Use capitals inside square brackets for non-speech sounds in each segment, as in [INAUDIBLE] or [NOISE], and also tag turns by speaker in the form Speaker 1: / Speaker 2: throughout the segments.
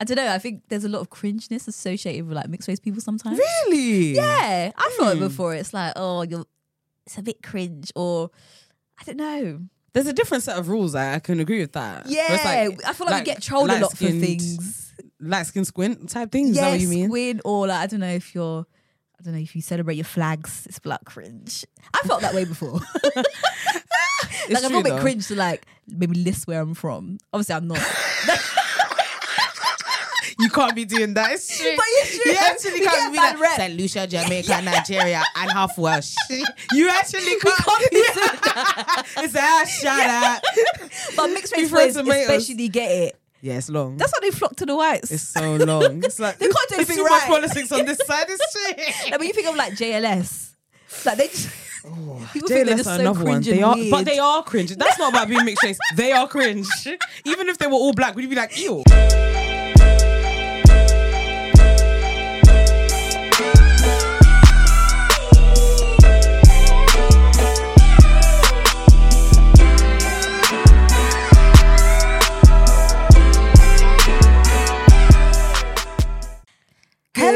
Speaker 1: I don't know. I think there's a lot of cringeness associated with like mixed race people sometimes.
Speaker 2: Really? Hmm.
Speaker 1: Yeah, I thought it before. It's like, oh, you're, it's a bit cringe, or I don't know.
Speaker 2: There's a different set of rules. I, I can agree with that. Where it's
Speaker 1: Yeah, I feel like we get trolled a lot for
Speaker 2: light-skinned-
Speaker 1: things.
Speaker 2: Light-skinned squint type things. Is that
Speaker 1: yes,
Speaker 2: what you mean?
Speaker 1: win, or like, I don't know if you're, I don't know if you celebrate your flags. It's black cringe. I felt that way
Speaker 2: [LAUGHS]
Speaker 1: before. like I've
Speaker 2: true,
Speaker 1: all been
Speaker 2: though.
Speaker 1: cringe to like maybe list where I'm from. Obviously, I'm
Speaker 2: [LAUGHS]
Speaker 1: not.
Speaker 2: you can't be doing that. It's
Speaker 1: [LAUGHS]
Speaker 2: true.
Speaker 1: But it's true.
Speaker 2: You actually
Speaker 1: We get
Speaker 2: can't
Speaker 1: a
Speaker 2: be
Speaker 1: bad
Speaker 2: like
Speaker 1: rep.
Speaker 2: Saint Lucia,
Speaker 1: [LAUGHS]
Speaker 2: Jamaica, Nigeria, and half Welsh. [LAUGHS] You actually can't. [LAUGHS] it's a ah, shout out.
Speaker 1: but mixed race
Speaker 2: Before
Speaker 1: boys
Speaker 2: tomatoes.
Speaker 1: especially get it.
Speaker 2: Yeah, it's long.
Speaker 1: That's how they flock to the whites.
Speaker 2: it's so long. It's like
Speaker 1: They can't do
Speaker 2: it's
Speaker 1: anything
Speaker 2: too much
Speaker 1: right.
Speaker 2: politics on this side. It's
Speaker 1: [LAUGHS]
Speaker 2: shit.
Speaker 1: Like when you think of like JLS, like they
Speaker 2: [LAUGHS]
Speaker 1: just [LAUGHS] people
Speaker 2: They
Speaker 1: think they're
Speaker 2: left
Speaker 1: just
Speaker 2: out
Speaker 1: so
Speaker 2: another one.
Speaker 1: cringe
Speaker 2: They
Speaker 1: and
Speaker 2: are,
Speaker 1: weird.
Speaker 2: but they are cringe. That's not about being mixed race. They are cringe. [LAUGHS] Even if they were all black, would you be like, ew?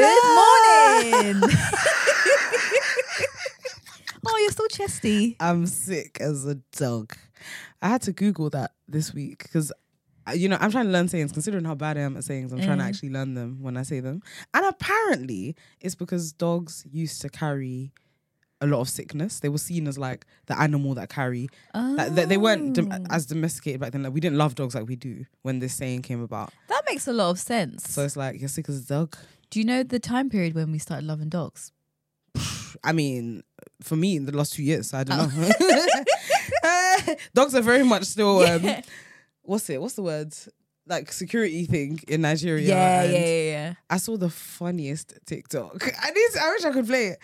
Speaker 1: Good
Speaker 2: [LAUGHS]
Speaker 1: morning. [LAUGHS] oh, you're still chesty.
Speaker 2: I'm sick as a dog. I had to Google that this week because, you know, I'm trying to learn sayings. Considering how bad I am at sayings, I'm trying to actually learn them when I say them. And apparently, it's because dogs used to carry a lot of sickness. They were seen as like the animal that carry. Like, they, they weren't dom- as domesticated back then. Like we didn't love dogs like we do when this saying came about.
Speaker 1: That makes a lot of sense.
Speaker 2: So it's like you're sick as a dog.
Speaker 1: Do you know the time period when we started loving dogs?
Speaker 2: I mean, for me, in the last two years, I don't
Speaker 1: Oh.
Speaker 2: know. [LAUGHS] Dogs are very much still.
Speaker 1: [LAUGHS]
Speaker 2: Um, what's it? What's the word? Like security thing in Nigeria.
Speaker 1: yeah, yeah,
Speaker 2: and
Speaker 1: yeah, yeah.
Speaker 2: I saw the funniest TikTok. [LAUGHS] I need. to- I wish I could play it.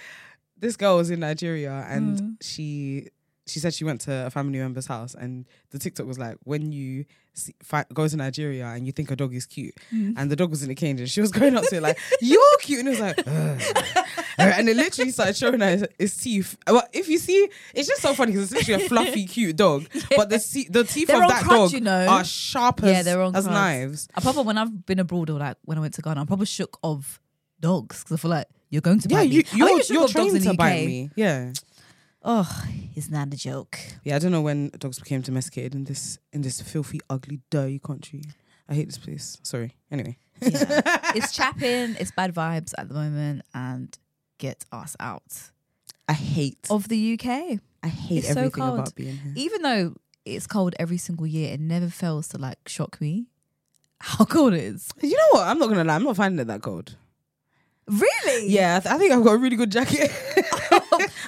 Speaker 2: This girl was in Nigeria and
Speaker 1: Hmm.
Speaker 2: she she said she went to a family member's house and the TikTok was like when you see, fi- go to Nigeria and you think a dog is cute
Speaker 1: Hmm.
Speaker 2: and the dog was in a cage and she was [LAUGHS] going up to it like you're cute and it was like. "Ugh." [LAUGHS] and it literally started showing her its- its teeth. Well, if you see, it's just so funny because it's literally a fluffy,
Speaker 1: [LAUGHS]
Speaker 2: cute dog. But the te- the teeth
Speaker 1: They're
Speaker 2: of
Speaker 1: on
Speaker 2: that
Speaker 1: crutch,
Speaker 2: dog
Speaker 1: you know.
Speaker 2: are sharp as,
Speaker 1: yeah, they're on
Speaker 2: as
Speaker 1: cards.
Speaker 2: knives.
Speaker 1: I probably when I've been abroad or like when I went to Ghana, I'm probably shook of dogs because I feel like you're going to
Speaker 2: Yeah,
Speaker 1: bite
Speaker 2: you,
Speaker 1: me. I think
Speaker 2: you're,
Speaker 1: shook
Speaker 2: you're
Speaker 1: of dogs E in
Speaker 2: trained
Speaker 1: the
Speaker 2: to bite
Speaker 1: UK.
Speaker 2: me. Yeah.
Speaker 1: Oh, it's not a joke.
Speaker 2: Yeah, I don't know when dogs became domesticated in this in this filthy, ugly, dirty country. I hate this place. Sorry. Anyway. [LAUGHS]
Speaker 1: Yeah. it's chapping, it's bad vibes at the moment, and get us out
Speaker 2: I hate
Speaker 1: of the UK.
Speaker 2: I hate
Speaker 1: Oh, it's so
Speaker 2: everything
Speaker 1: cold.
Speaker 2: about being here.
Speaker 1: Even though it's cold every single year, it never fails to like shock me how [LAUGHS] cold it is.
Speaker 2: You know what? I'm not gonna lie, I'm not finding it that cold.
Speaker 1: Really?
Speaker 2: Yeah, I, th- I think I've got a really good jacket. [LAUGHS] My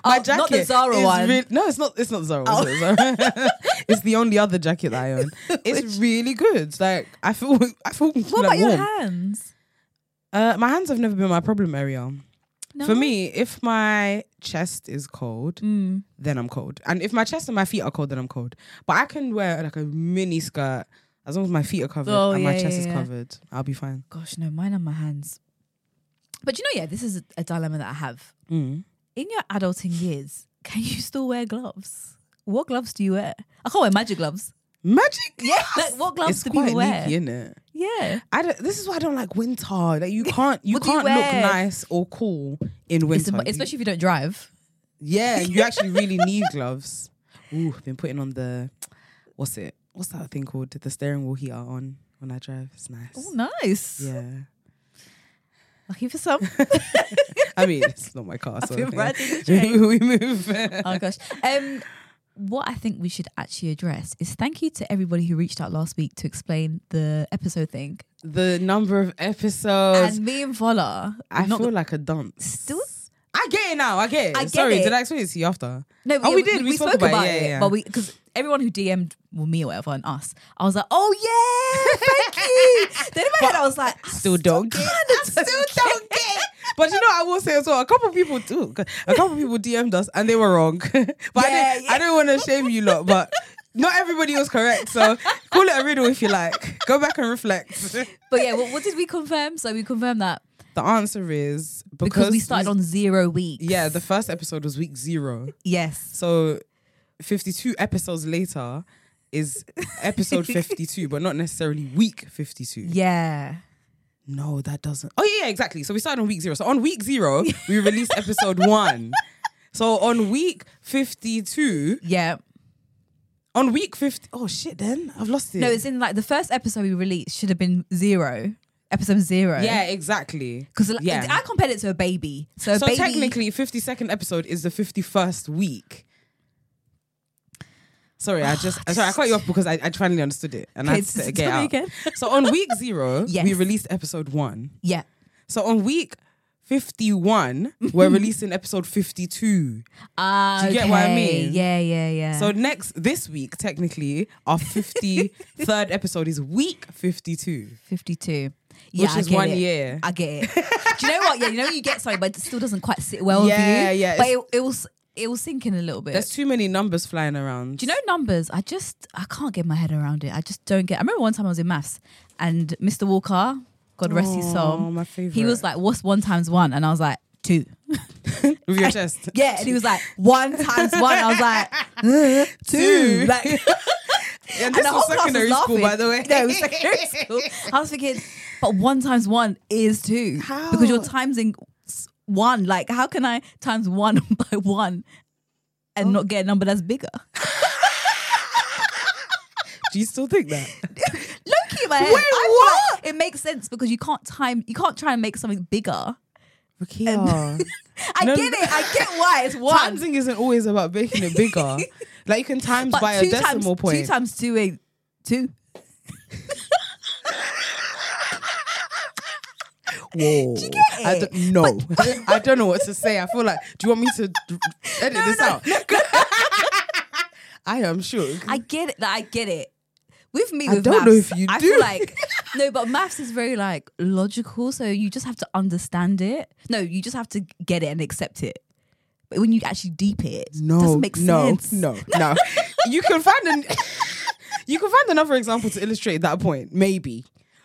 Speaker 1: [LAUGHS] Oh, not the Zara
Speaker 2: is
Speaker 1: one. Oh.
Speaker 2: real- no, it's not. It's not Zara. It's, not Zara. [LAUGHS] it's the only other jacket that
Speaker 1: [LAUGHS]
Speaker 2: I own. It's really good. Like I feel. [LAUGHS] I feel.
Speaker 1: What
Speaker 2: like,
Speaker 1: about your
Speaker 2: warm.
Speaker 1: hands?
Speaker 2: Uh, my hands have never been my problem area.
Speaker 1: No?
Speaker 2: For me, if my chest is cold,
Speaker 1: Mm.
Speaker 2: then I'm cold. And if my chest and my feet are cold, then I'm cold. But I can wear like a mini skirt as long as my feet are covered
Speaker 1: Oh,
Speaker 2: and my
Speaker 1: yeah,
Speaker 2: chest
Speaker 1: yeah,
Speaker 2: is
Speaker 1: yeah.
Speaker 2: covered. I'll be fine.
Speaker 1: Gosh, no, mine are my hands. But you know, yeah, this is a, a dilemma that I have.
Speaker 2: Mm.
Speaker 1: In your adulting years, can you still wear gloves? What gloves do you wear? I can't wear magic gloves.
Speaker 2: Magic.
Speaker 1: Yeah, like what gloves
Speaker 2: It's
Speaker 1: do
Speaker 2: quite
Speaker 1: people wear?
Speaker 2: leaky, isn't it?
Speaker 1: Yeah.
Speaker 2: I don't, this is why I don't like winter.
Speaker 1: [LAUGHS]
Speaker 2: Like you can't, you
Speaker 1: What do you
Speaker 2: can't look
Speaker 1: wear?
Speaker 2: nice or cool in
Speaker 1: It's
Speaker 2: winter.
Speaker 1: imp-
Speaker 2: You-
Speaker 1: especially if you don't drive. [LAUGHS]
Speaker 2: yeah, you actually really need gloves. Ooh, I've been putting on the, what's it? What's that thing called? The steering wheel heater on when I drive. It's nice.
Speaker 1: Oh, nice.
Speaker 2: Yeah.
Speaker 1: I'll give you
Speaker 2: [LAUGHS]
Speaker 1: some. [LAUGHS]
Speaker 2: I mean, it's not my car, so I
Speaker 1: been
Speaker 2: think
Speaker 1: riding the
Speaker 2: [LAUGHS] we move.
Speaker 1: oh gosh. Um, what I think we should actually address is thank you to everybody who reached out last week to explain the episode thing.
Speaker 2: the number of episodes.
Speaker 1: and me and Vola,
Speaker 2: I
Speaker 1: not
Speaker 2: feel like a dunce.
Speaker 1: still.
Speaker 2: I I get it now. I get it.
Speaker 1: I get
Speaker 2: Sorry,
Speaker 1: it.
Speaker 2: did I explain it to you after?
Speaker 1: No,
Speaker 2: Oh,
Speaker 1: yeah,
Speaker 2: we did. We spoke about it. Yeah, yeah.
Speaker 1: But we because everyone who DM'd well, me or whatever and us, I was like, oh yeah, thank you.
Speaker 2: [LAUGHS]
Speaker 1: then in my head, I was like, "Ah, I
Speaker 2: Still don't get.
Speaker 1: I
Speaker 2: [LAUGHS] Still
Speaker 1: [LAUGHS]
Speaker 2: don't get. it. But you know, I will say as well. A couple of people do. A couple of people DM'd us and they were wrong. [LAUGHS] but I,
Speaker 1: Yeah,
Speaker 2: didn't,
Speaker 1: yeah.
Speaker 2: I don't want to shame you lot, but. Not everybody was correct, so call it a riddle if you like. Go back
Speaker 1: [LAUGHS]
Speaker 2: and reflect.
Speaker 1: But yeah, what, what did we confirm? So we confirmed that
Speaker 2: The answer is because,
Speaker 1: because, we started on zero weeks.
Speaker 2: Yeah, the first episode was week zero.
Speaker 1: yes.
Speaker 2: So 52 episodes later is
Speaker 1: [LAUGHS]
Speaker 2: episode 52, but not necessarily week 52.
Speaker 1: Yeah.
Speaker 2: No, that doesn't. Oh, yeah, yeah, exactly. So we started on week zero. So on
Speaker 1: [LAUGHS]
Speaker 2: week zero, we released episode one. So on week 52,
Speaker 1: Yeah.
Speaker 2: on week 50, oh shit, then I've lost it.
Speaker 1: No, it's in like the first episode we released should have been zero. Episode zero.
Speaker 2: yeah, exactly.
Speaker 1: Because
Speaker 2: yeah.
Speaker 1: I compared it to a baby. So, a
Speaker 2: so
Speaker 1: baby,
Speaker 2: technically, 52nd episode is the 51st week. Sorry, I just sorry I cut you off because I, I finally understood it and I
Speaker 1: Okay,
Speaker 2: had to
Speaker 1: just
Speaker 2: get
Speaker 1: tell me
Speaker 2: out.
Speaker 1: again.
Speaker 2: [LAUGHS] So on week
Speaker 1: [LAUGHS]
Speaker 2: zero,
Speaker 1: Yes.
Speaker 2: we released episode one.
Speaker 1: yeah.
Speaker 2: So on week fifty-one,
Speaker 1: [LAUGHS]
Speaker 2: we're releasing episode fifty-two.
Speaker 1: Uh,
Speaker 2: Do you get what I mean?
Speaker 1: Yeah, yeah, yeah.
Speaker 2: So next this week, technically,
Speaker 1: [LAUGHS]
Speaker 2: our fifty-third episode is week fifty-two.
Speaker 1: 52. Yeah,
Speaker 2: Which
Speaker 1: I
Speaker 2: is
Speaker 1: get
Speaker 2: one
Speaker 1: it.
Speaker 2: year.
Speaker 1: I get it. Do you know what? Yeah, you know when you get something, but it still doesn't quite sit well
Speaker 2: Yeah,
Speaker 1: with you.
Speaker 2: yeah,
Speaker 1: But it,
Speaker 2: it's-
Speaker 1: it was it was sinking a little bit.
Speaker 2: There's too many numbers flying around.
Speaker 1: Do you know numbers? I just I can't get my head around it. I just don't get. I remember one time I was in maths and Mr. Walker, God rest his soul,
Speaker 2: Aw, my
Speaker 1: he was
Speaker 2: favourite.
Speaker 1: like, "What's one times one?" And I was like, two.
Speaker 2: with
Speaker 1: [LAUGHS]
Speaker 2: your chest?
Speaker 1: Yeah, and he was like, one times one. I was like, "Uh, two.
Speaker 2: [LAUGHS] Two.
Speaker 1: Like,
Speaker 2: And
Speaker 1: and
Speaker 2: this
Speaker 1: the whole
Speaker 2: was
Speaker 1: class
Speaker 2: secondary
Speaker 1: was
Speaker 2: school,
Speaker 1: laughing.
Speaker 2: by the way.
Speaker 1: No, it was secondary school. I was thinking, but one times one is two
Speaker 2: How?
Speaker 1: because you're timesing s- one. Like, how can I times one [LAUGHS] by one and
Speaker 2: Oh.
Speaker 1: not get a number that's bigger?
Speaker 2: [LAUGHS] Do you still think that?
Speaker 1: Low key, in my head.
Speaker 2: Wait,
Speaker 1: I feel
Speaker 2: what?
Speaker 1: like it makes sense because you can't time. You can't try and make something bigger. [LAUGHS]
Speaker 2: Rakia.
Speaker 1: I
Speaker 2: No,
Speaker 1: get
Speaker 2: no.
Speaker 1: it. I get why
Speaker 2: [LAUGHS]
Speaker 1: it's one.
Speaker 2: Timesing isn't always about making
Speaker 1: [LAUGHS]
Speaker 2: it bigger. like you can times
Speaker 1: but
Speaker 2: by
Speaker 1: two
Speaker 2: a decimal
Speaker 1: times,
Speaker 2: point.
Speaker 1: Two times two is two.
Speaker 2: Whoa. Do you get I
Speaker 1: it?
Speaker 2: don't, no. [LAUGHS] I don't know what to say. I feel like, do you want me to d-
Speaker 1: [LAUGHS]
Speaker 2: edit this out? [LAUGHS] I am shook.
Speaker 1: I get it. Like, I get it. With me,
Speaker 2: I
Speaker 1: with
Speaker 2: don't know
Speaker 1: maths,
Speaker 2: if you
Speaker 1: I
Speaker 2: do.
Speaker 1: feel like no, but maths is very like logical, so you just have to understand it. No, you just have to get it and accept it. But when you actually deep it, it
Speaker 2: no,
Speaker 1: doesn't make
Speaker 2: no,
Speaker 1: sense.
Speaker 2: no, no. [LAUGHS] you can find an [LAUGHS] you can find another example to illustrate that point, maybe.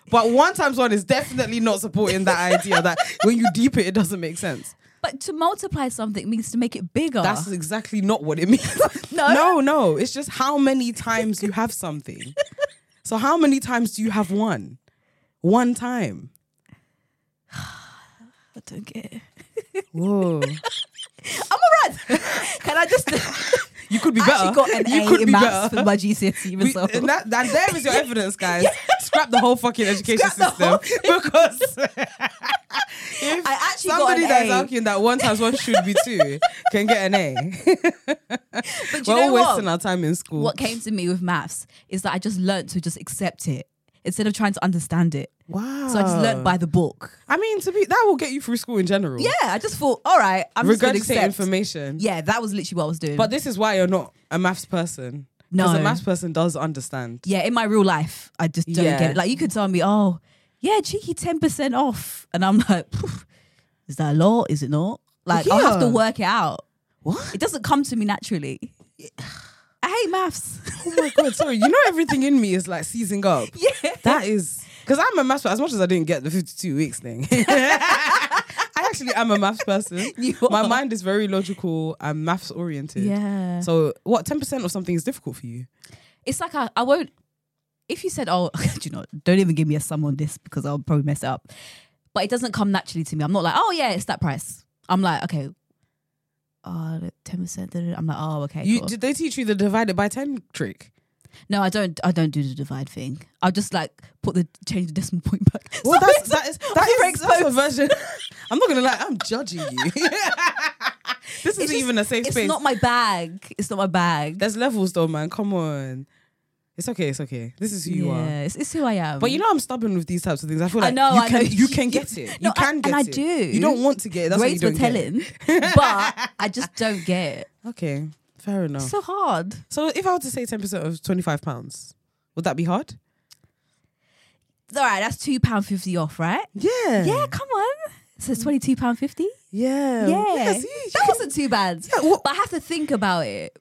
Speaker 2: But one times one is definitely not supporting that idea that when you deep it, it doesn't make sense.
Speaker 1: But to multiply something means to make it bigger.
Speaker 2: That's exactly not what it means. [LAUGHS]
Speaker 1: [LAUGHS] No?
Speaker 2: no, no. It's just how many times you have something. So how many times do you have one? One time.
Speaker 1: I don't get it.
Speaker 2: Whoa.
Speaker 1: I'm
Speaker 2: [LAUGHS]
Speaker 1: alright. Can I just?
Speaker 2: You could be
Speaker 1: I
Speaker 2: better.
Speaker 1: actually got an
Speaker 2: you
Speaker 1: A
Speaker 2: could
Speaker 1: in
Speaker 2: be
Speaker 1: maths
Speaker 2: better.
Speaker 1: for my GCSE
Speaker 2: We-
Speaker 1: result.
Speaker 2: and, that, and there
Speaker 1: [LAUGHS]
Speaker 2: is your evidence, guys. Scrap the whole fucking education
Speaker 1: Scrap the whole
Speaker 2: system [LAUGHS] because
Speaker 1: [LAUGHS]
Speaker 2: if
Speaker 1: I actually got
Speaker 2: somebody
Speaker 1: an
Speaker 2: that's
Speaker 1: A.
Speaker 2: arguing that one times one should be two can get
Speaker 1: [LAUGHS]
Speaker 2: an A.
Speaker 1: but do
Speaker 2: We're
Speaker 1: you know
Speaker 2: all
Speaker 1: what?
Speaker 2: wasting our time in school.
Speaker 1: what came to me with maths is that I just learnt to just accept it instead of trying to understand it.
Speaker 2: Wow.
Speaker 1: So I just
Speaker 2: Oh.
Speaker 1: learnt by the book.
Speaker 2: I mean, to be that will get you through school in general.
Speaker 1: Yeah, I just thought, all right, I'm just gonna
Speaker 2: regurgitate
Speaker 1: accept.
Speaker 2: information.
Speaker 1: Yeah, that was literally what I was doing.
Speaker 2: But
Speaker 1: But
Speaker 2: this is why you're not a maths person.
Speaker 1: No.
Speaker 2: Because a maths person does understand.
Speaker 1: yeah, in my real life, I just don't
Speaker 2: Yeah.
Speaker 1: get it. Like you could tell me, oh, yeah, cheeky ten percent off, and I'm like, "Phew, is that a lot? Is it not? Like I'll have to
Speaker 2: Yeah.
Speaker 1: work it out.
Speaker 2: What?
Speaker 1: It doesn't come to me naturally. [SIGHS] I hate maths. [LAUGHS]
Speaker 2: Oh my god, sorry. You know everything in me is like seizing up.
Speaker 1: yeah.
Speaker 2: That is because I'm a maths person. As much as I didn't get the 52 weeks thing, [LAUGHS] I actually am a maths person.
Speaker 1: [LAUGHS] You
Speaker 2: My
Speaker 1: are.
Speaker 2: mind is very logical. I'm maths oriented.
Speaker 1: Yeah.
Speaker 2: So what? Ten percent of something is difficult for you.
Speaker 1: it's like I, I won't. If you said, "Oh, [LAUGHS] do you know, don't even give me a sum on this because I'll probably mess it up," but it doesn't come naturally to me. I'm not like, "Oh yeah, it's that price." I'm like, "Okay, uh, ten percent." I'm like, "Oh, okay."
Speaker 2: You
Speaker 1: cool."
Speaker 2: did they teach you the divided by ten trick?
Speaker 1: no, I don't. I don't do the divide thing. I'll just like put the change the decimal point back. [LAUGHS]
Speaker 2: Well,
Speaker 1: Sorry.
Speaker 2: that's that is that
Speaker 1: I'm
Speaker 2: is that's a
Speaker 1: overexposed.
Speaker 2: version. [LAUGHS] I'm not gonna lie. I'm judging you. [LAUGHS] this isn't
Speaker 1: just-
Speaker 2: even a safe
Speaker 1: It's
Speaker 2: space.
Speaker 1: not my bag. It's not my bag.
Speaker 2: There's levels though, man. Come on. It's okay. It's okay. This is who you are.
Speaker 1: yeah, it's, it's who I am.
Speaker 2: But you know, I'm stubborn with these types of things. I feel
Speaker 1: I
Speaker 2: like
Speaker 1: know,
Speaker 2: you
Speaker 1: I
Speaker 2: can,
Speaker 1: know.
Speaker 2: You
Speaker 1: [LAUGHS]
Speaker 2: can get it.
Speaker 1: No,
Speaker 2: you can
Speaker 1: I-
Speaker 2: get
Speaker 1: and I
Speaker 2: it.
Speaker 1: do.
Speaker 2: You don't want to get it. That's
Speaker 1: grades
Speaker 2: why
Speaker 1: were
Speaker 2: you don't
Speaker 1: telling,
Speaker 2: [LAUGHS]
Speaker 1: but I just don't get it.
Speaker 2: Get it. Okay, fair enough.
Speaker 1: It's
Speaker 2: So,
Speaker 1: so hard.
Speaker 2: if I were to say ten percent of twenty five pounds, would that be hard?
Speaker 1: It's all right. That's two pound fifty off, right?
Speaker 2: Yeah.
Speaker 1: Yeah, come on. So it's twenty two pound fifty.
Speaker 2: Yeah.
Speaker 1: Yeah,
Speaker 2: Yes, you- you
Speaker 1: that
Speaker 2: can-
Speaker 1: wasn't too bad.
Speaker 2: Yeah, well-
Speaker 1: but I have to think about it.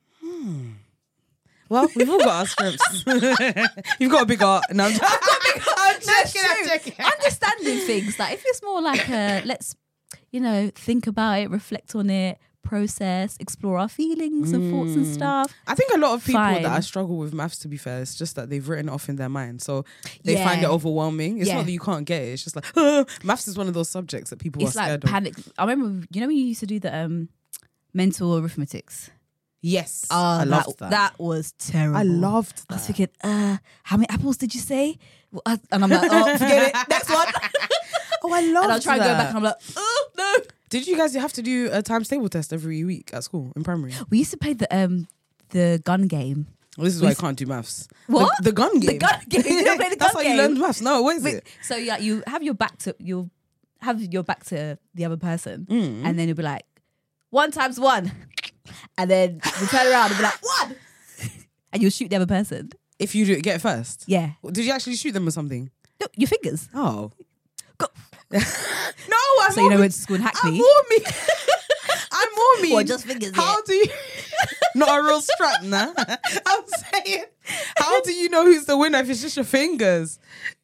Speaker 2: well, we've all got our scripts. [LAUGHS] You've got a big art. No, I'm joking. [LAUGHS] I'm joking. I'm
Speaker 1: True.
Speaker 2: joking.
Speaker 1: Understanding things like if it's more like
Speaker 2: [COUGHS]
Speaker 1: a let's, you know, think about it, reflect on it, process, explore our feelings and thoughts and
Speaker 2: Mm.
Speaker 1: stuff.
Speaker 2: I think a lot of people
Speaker 1: Fine.
Speaker 2: that I struggle with maths, to be fair, it's just that they've written it off in their mind, so they
Speaker 1: Yeah.
Speaker 2: find it overwhelming. It's
Speaker 1: Yeah.
Speaker 2: not that you can't get it; it's just like maths is one of those subjects that people
Speaker 1: it's
Speaker 2: are
Speaker 1: like
Speaker 2: scared of.
Speaker 1: panic. I remember, you know, when you used to do the um, mental arithmetics.
Speaker 2: Yes,
Speaker 1: Oh,
Speaker 2: I loved Ah, that.
Speaker 1: was terrible.
Speaker 2: I
Speaker 1: I
Speaker 2: loved
Speaker 1: [LAUGHS]
Speaker 2: that.
Speaker 1: was thinking, uh, how many apples did you say? Well, I- And I'm like, oh, forget
Speaker 2: [LAUGHS]
Speaker 1: it. Next one.
Speaker 2: Oh, I
Speaker 1: [LAUGHS]
Speaker 2: love
Speaker 1: and I'll try and go back and I'm like,
Speaker 2: [GASPS]
Speaker 1: oh, no.
Speaker 2: Did you guys have to do a times table test every week at school in primary?
Speaker 1: We used to play the um the gun game.
Speaker 2: Well, this is why I can't do maths.
Speaker 1: What?
Speaker 2: The, the gun
Speaker 1: The
Speaker 2: game.
Speaker 1: gun game. You don't play the
Speaker 2: [LAUGHS] That's
Speaker 1: gun
Speaker 2: how you
Speaker 1: game.
Speaker 2: learned maths. No, what is
Speaker 1: Wait,
Speaker 2: it?
Speaker 1: So yeah, you have your back to you'll have your back to the other person,
Speaker 2: Mm.
Speaker 1: and then you'll be like one times one, and then you turn around and be like one, and you'll shoot the other person.
Speaker 2: If you do it, get it first.
Speaker 1: Yeah,
Speaker 2: Did you actually shoot them or something?
Speaker 1: No, your fingers.
Speaker 2: Oh.
Speaker 1: Go.
Speaker 2: [LAUGHS] No, I'm
Speaker 1: So you know
Speaker 2: warming-
Speaker 1: went to school and hacked
Speaker 2: I'm
Speaker 1: me.
Speaker 2: warming. [LAUGHS] I'm warming.
Speaker 1: Or just fingers,
Speaker 2: How
Speaker 1: yeah.
Speaker 2: do you? [LAUGHS] Not a real strap, nah. [LAUGHS] I'm saying, how do you know who's the winner if it's just your fingers?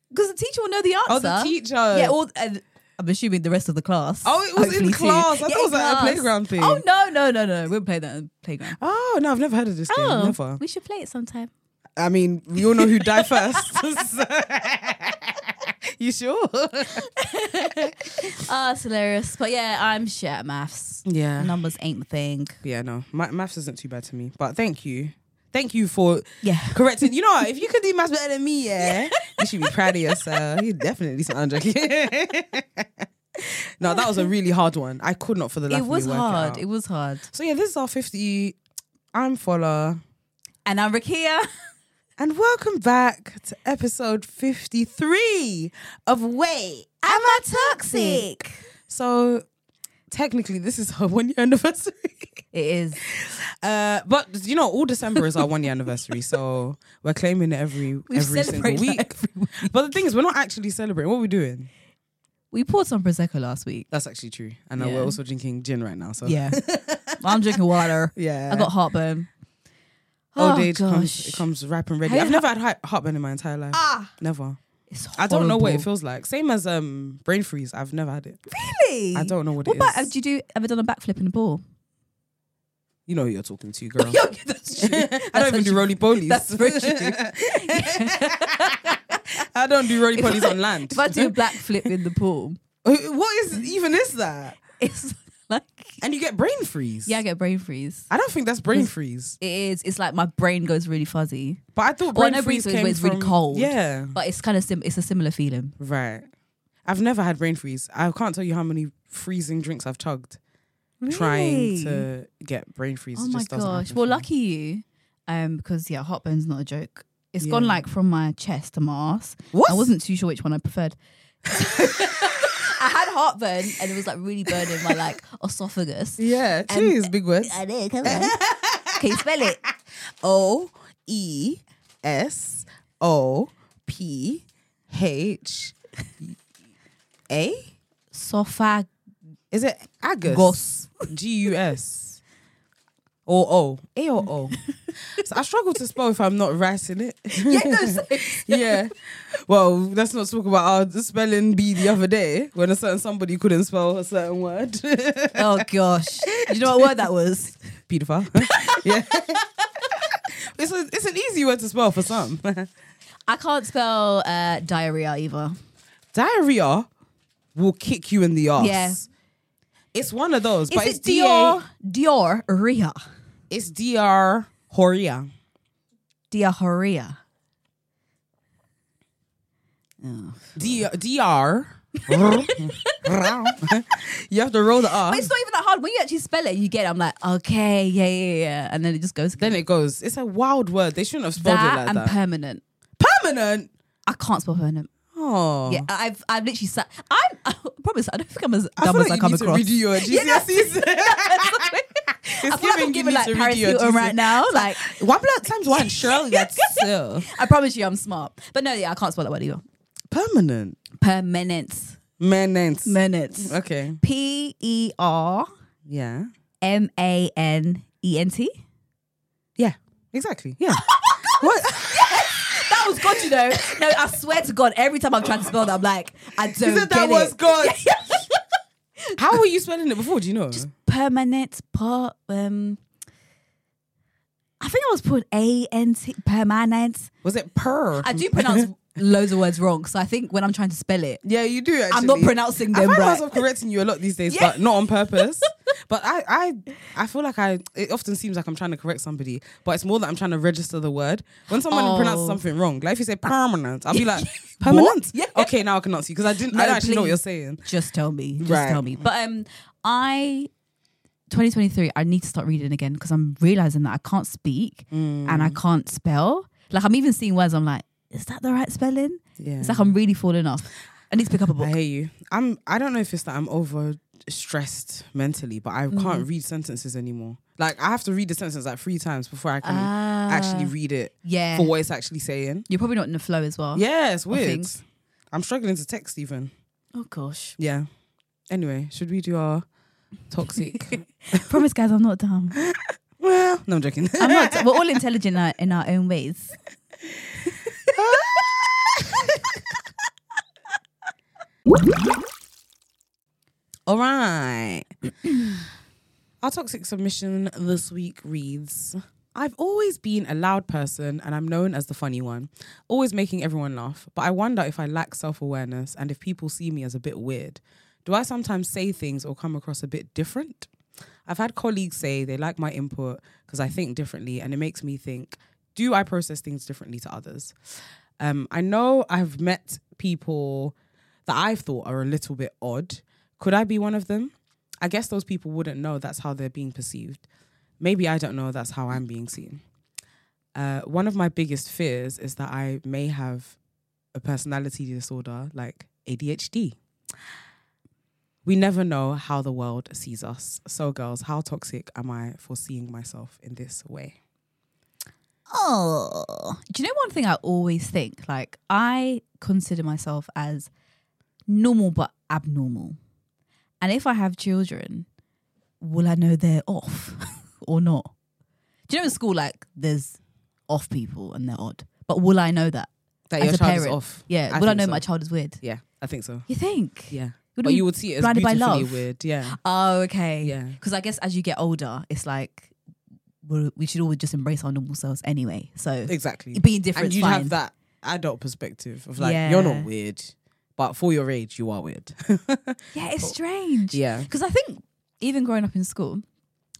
Speaker 1: Because the teacher will know the answer.
Speaker 2: Oh, the teacher.
Speaker 1: Yeah, all, and I'm assuming the rest of the class.
Speaker 2: Oh, it was in
Speaker 1: hopefully
Speaker 2: class. I thought it was
Speaker 1: in
Speaker 2: at a
Speaker 1: class.
Speaker 2: playground thing.
Speaker 1: Oh no, no, no, no. We'll play that on playground.
Speaker 2: Oh no, I've never heard of this game.
Speaker 1: Oh,
Speaker 2: Never.
Speaker 1: we should play it sometime.
Speaker 2: I mean, we all know who died first. [LAUGHS] so- you sure?
Speaker 1: Ah, it's hilarious. But yeah, I'm shit at maths.
Speaker 2: Yeah.
Speaker 1: Numbers ain't my thing.
Speaker 2: Yeah, no, ma- maths isn't too bad to me. But thank you, thank you for
Speaker 1: Yeah.
Speaker 2: correcting. You know, what? if you could do maths better than me, yeah, you should be proud of yourself. You definitely some Andre. [LAUGHS] no, that was a really hard one. I could not for the life
Speaker 1: it was
Speaker 2: of me work
Speaker 1: hard.
Speaker 2: out.
Speaker 1: It, was hard.
Speaker 2: so yeah, this is our fifty. I'm Fola,
Speaker 1: And I'm Rakia.
Speaker 2: and welcome back to episode fifty-three of Wait.
Speaker 1: Am I toxic?
Speaker 2: So technically, this is our [LAUGHS] one-year anniversary.
Speaker 1: It is.
Speaker 2: Uh, but you know, all December is our one year anniversary, so we're claiming it every every single
Speaker 1: celebrated
Speaker 2: week.
Speaker 1: that every week.
Speaker 2: But the thing is, we're not actually celebrating. What are we doing?
Speaker 1: We poured some prosecco last week.
Speaker 2: That's actually true. And uh,
Speaker 1: Yeah.
Speaker 2: we're also drinking gin right now. So
Speaker 1: Yeah. [LAUGHS] I'm drinking water.
Speaker 2: [LAUGHS] yeah.
Speaker 1: I got oh, heartburn.
Speaker 2: old age comes it comes ripe and ready.
Speaker 1: Have
Speaker 2: I've
Speaker 1: you
Speaker 2: never had had heartburn in my entire life.
Speaker 1: Ah.
Speaker 2: Never.
Speaker 1: It's
Speaker 2: I don't know what it
Speaker 1: horrible.
Speaker 2: feels like. Same as um brain freeze. I've never had it.
Speaker 1: Really?
Speaker 2: I don't know what,
Speaker 1: What
Speaker 2: it
Speaker 1: about
Speaker 2: is.
Speaker 1: have you do ever done a backflip in a
Speaker 2: [LAUGHS]
Speaker 1: ball?
Speaker 2: You know who you're talking
Speaker 1: [LAUGHS]
Speaker 2: to, [LAUGHS] girl.
Speaker 1: that's [LAUGHS] true.
Speaker 2: I don't even do roly polies.
Speaker 1: That's very true.
Speaker 2: [LAUGHS]
Speaker 1: [LAUGHS]
Speaker 2: I don't do roly polies on land.
Speaker 1: If I
Speaker 2: [LAUGHS]
Speaker 1: do a backflip in the pool,
Speaker 2: what is even is that?
Speaker 1: it's [LAUGHS] like
Speaker 2: And you get brain freeze.
Speaker 1: yeah, I get brain freeze.
Speaker 2: I don't think that's brain freeze.
Speaker 1: It is. It's like my brain goes really fuzzy,
Speaker 2: But I thought
Speaker 1: Well, I
Speaker 2: brain
Speaker 1: know brain
Speaker 2: freeze
Speaker 1: freeze
Speaker 2: came
Speaker 1: when it's really
Speaker 2: from-
Speaker 1: cold.
Speaker 2: Yeah,
Speaker 1: but it's kind of sim. It's a similar feeling.
Speaker 2: right. I've never had brain freeze. I can't tell you how many freezing drinks I've chugged trying to get brain freeze.
Speaker 1: Oh
Speaker 2: It
Speaker 1: my
Speaker 2: just doesn't
Speaker 1: gosh!
Speaker 2: happen
Speaker 1: Well,
Speaker 2: for me.
Speaker 1: lucky you, um, because yeah, heartburn's not a joke. It's
Speaker 2: Yeah.
Speaker 1: gone like from my chest to my ass.
Speaker 2: What?
Speaker 1: I wasn't too sure which one I preferred. [LAUGHS] I had heartburn and it was like really burning my like esophagus.
Speaker 2: Yeah, cheese, big words.
Speaker 1: I did. Come on. [LAUGHS] Can you spell it?
Speaker 2: O E S O P H A.
Speaker 1: Sofa
Speaker 2: Is it Agus?
Speaker 1: Gus.
Speaker 2: G U S. Or O. A or O.
Speaker 1: [LAUGHS]
Speaker 2: So I struggle to spell if I'm not writing it. Yeah, [LAUGHS] yeah. Well, let's not talk about our spelling bee the other day when a certain somebody couldn't spell a certain word.
Speaker 1: Oh gosh. You know what word that [LAUGHS] was?
Speaker 2: Pedophile. [LAUGHS] yeah. It's, a, it's an easy word to spell for some. [LAUGHS]
Speaker 1: I can't spell uh, diarrhea either.
Speaker 2: Diarrhea will kick you in the ass.
Speaker 1: Yeah.
Speaker 2: It's one of those, but
Speaker 1: Is
Speaker 2: it's
Speaker 1: it
Speaker 2: D A.
Speaker 1: Dior? Diarrhea.
Speaker 2: It's D R Horia.
Speaker 1: Diarrhea.
Speaker 2: D D R [LAUGHS] you have to roll the R.
Speaker 1: But it's not even that hard. When you actually spell it, you get it. I'm like, okay, yeah, yeah, yeah. And then it just goes
Speaker 2: Then it goes. It's a wild word. They shouldn't have spelled
Speaker 1: that
Speaker 2: it like
Speaker 1: and
Speaker 2: that.
Speaker 1: permanent.
Speaker 2: Permanent.
Speaker 1: I can't spell permanent.
Speaker 2: Oh.
Speaker 1: Yeah, I've I've literally sat. I'm [LAUGHS] I promise. I don't think I'm as
Speaker 2: I
Speaker 1: dumb
Speaker 2: feel
Speaker 1: as
Speaker 2: like
Speaker 1: I
Speaker 2: you
Speaker 1: come
Speaker 2: need
Speaker 1: across.
Speaker 2: to redo your
Speaker 1: Yeah, that's-
Speaker 2: GCSEs. [LAUGHS]
Speaker 1: I
Speaker 2: E. It's
Speaker 1: feel like
Speaker 2: giving
Speaker 1: I'm
Speaker 2: you
Speaker 1: giving
Speaker 2: need
Speaker 1: like
Speaker 2: to redo
Speaker 1: Paris
Speaker 2: your
Speaker 1: Hilton right
Speaker 2: GCSEs.
Speaker 1: now.
Speaker 2: [LAUGHS]
Speaker 1: Like
Speaker 2: One blood times one,
Speaker 1: [LAUGHS]
Speaker 2: surely that's still
Speaker 1: I promise you, I'm smart. But no, yeah, I can't spell that word either.
Speaker 2: permanent.
Speaker 1: Permanent.
Speaker 2: Manance.
Speaker 1: Minutes.
Speaker 2: okay.
Speaker 1: P E R
Speaker 2: Yeah.
Speaker 1: M A N E N T.
Speaker 2: Yeah. Exactly.
Speaker 1: [LAUGHS]
Speaker 2: Yeah.
Speaker 1: Oh
Speaker 2: what?
Speaker 1: That was God, you know. No, I swear to God, every time I'm trying to spell that, I'm like, I don't
Speaker 2: You
Speaker 1: get
Speaker 2: said that
Speaker 1: it.
Speaker 2: was God. Um, [LAUGHS] How were you spelling it before? Do you know?
Speaker 1: [LAUGHS] permanent per um I think I was put A N T permanent.
Speaker 2: was it per?
Speaker 1: I do
Speaker 2: [LAUGHS]
Speaker 1: pronounce [LAUGHS] loads of words wrong, so I think when I'm trying to spell it,
Speaker 2: yeah, you do. Actually.
Speaker 1: I'm not pronouncing
Speaker 2: I
Speaker 1: them
Speaker 2: find
Speaker 1: right.
Speaker 2: myself correcting you a lot these days,
Speaker 1: Yeah.
Speaker 2: but not
Speaker 1: [LAUGHS]
Speaker 2: on purpose. but I, I, I feel like I. It often seems like I'm trying to correct somebody, but it's more that I'm trying to register the word. When someone
Speaker 1: Oh.
Speaker 2: pronounces something wrong, like if you say
Speaker 1: [LAUGHS]
Speaker 2: permanent, I'll be like permanent.
Speaker 1: Yeah.
Speaker 2: Okay, now I cannot see because I didn't. I
Speaker 1: No,
Speaker 2: don't actually know what
Speaker 1: please.
Speaker 2: you're saying.
Speaker 1: Just tell me. Just
Speaker 2: Right.
Speaker 1: tell me. But um I 2023, I need to start reading again because I'm realizing that I can't speak
Speaker 2: Mm.
Speaker 1: and I can't spell. Like I'm even seeing words, I'm like, is that the right spelling?
Speaker 2: Yeah.
Speaker 1: It's like I'm really falling off. I need to pick up a book.
Speaker 2: I hear you. I'm. I don't know if it's that I'm over stressed mentally, but I
Speaker 1: Mm.
Speaker 2: can't read sentences anymore. Like I have to read the sentence like three times before I can actually read it
Speaker 1: Ah, yeah.
Speaker 2: for what it's actually saying.
Speaker 1: You're probably not in the flow as well.
Speaker 2: Yeah, it's weird.
Speaker 1: Oh. things.
Speaker 2: I'm struggling to text even.
Speaker 1: Oh gosh.
Speaker 2: Yeah. Anyway, should we do our
Speaker 1: [LAUGHS]
Speaker 2: toxic?
Speaker 1: Promise, guys, I'm not dumb.
Speaker 2: well, no, I'm joking. [LAUGHS]
Speaker 1: I'm not. We're all intelligent in our, in our own ways.
Speaker 2: [LAUGHS] All right. Our toxic submission this week reads I've always been a loud person and I'm known as the funny one, always making everyone laugh, but I wonder if I lack self awareness and if people see me as a bit weird. Do I sometimes say things or come across a bit different? I've had colleagues say they like my input because I think differently and it makes me think, do I process things differently to others? Um, I know I've met people that I've thought are a little bit odd. Could I be one of them? I guess those people wouldn't know that's how they're being perceived. Maybe I don't know that's how I'm being seen. Uh, one of my biggest fears is that I may have a personality disorder like ADHD. We never know how the world sees us. So, girls, how toxic am I for seeing myself in this way?
Speaker 1: Oh. Do you know one thing I always think? Like, I consider myself as normal but abnormal. And if I have children, will I know they're off [LAUGHS] or not? Do you know in school, like, there's off people and they're odd, but will I know that?
Speaker 2: That
Speaker 1: As
Speaker 2: your
Speaker 1: a
Speaker 2: child is
Speaker 1: parent.
Speaker 2: off.
Speaker 1: Yeah. will I
Speaker 2: think
Speaker 1: know
Speaker 2: so.
Speaker 1: my child is weird?
Speaker 2: Yeah, I think so.
Speaker 1: You think?
Speaker 2: Yeah.
Speaker 1: Would
Speaker 2: But
Speaker 1: we-
Speaker 2: you would see it as
Speaker 1: blinded by
Speaker 2: beautifully
Speaker 1: love? [GASPS]
Speaker 2: weird. Yeah.
Speaker 1: Oh, okay.
Speaker 2: Yeah.
Speaker 1: Because I guess as you get older, it's like we're, we should all just embrace our normal selves anyway. So
Speaker 2: Exactly.
Speaker 1: being different
Speaker 2: and
Speaker 1: is
Speaker 2: you'd
Speaker 1: fine.
Speaker 2: have that adult perspective of like, you're
Speaker 1: Yeah.
Speaker 2: not weird, but for your age, you are weird. [LAUGHS]
Speaker 1: yeah, it's strange.
Speaker 2: yeah.
Speaker 1: Because I think even growing up in school,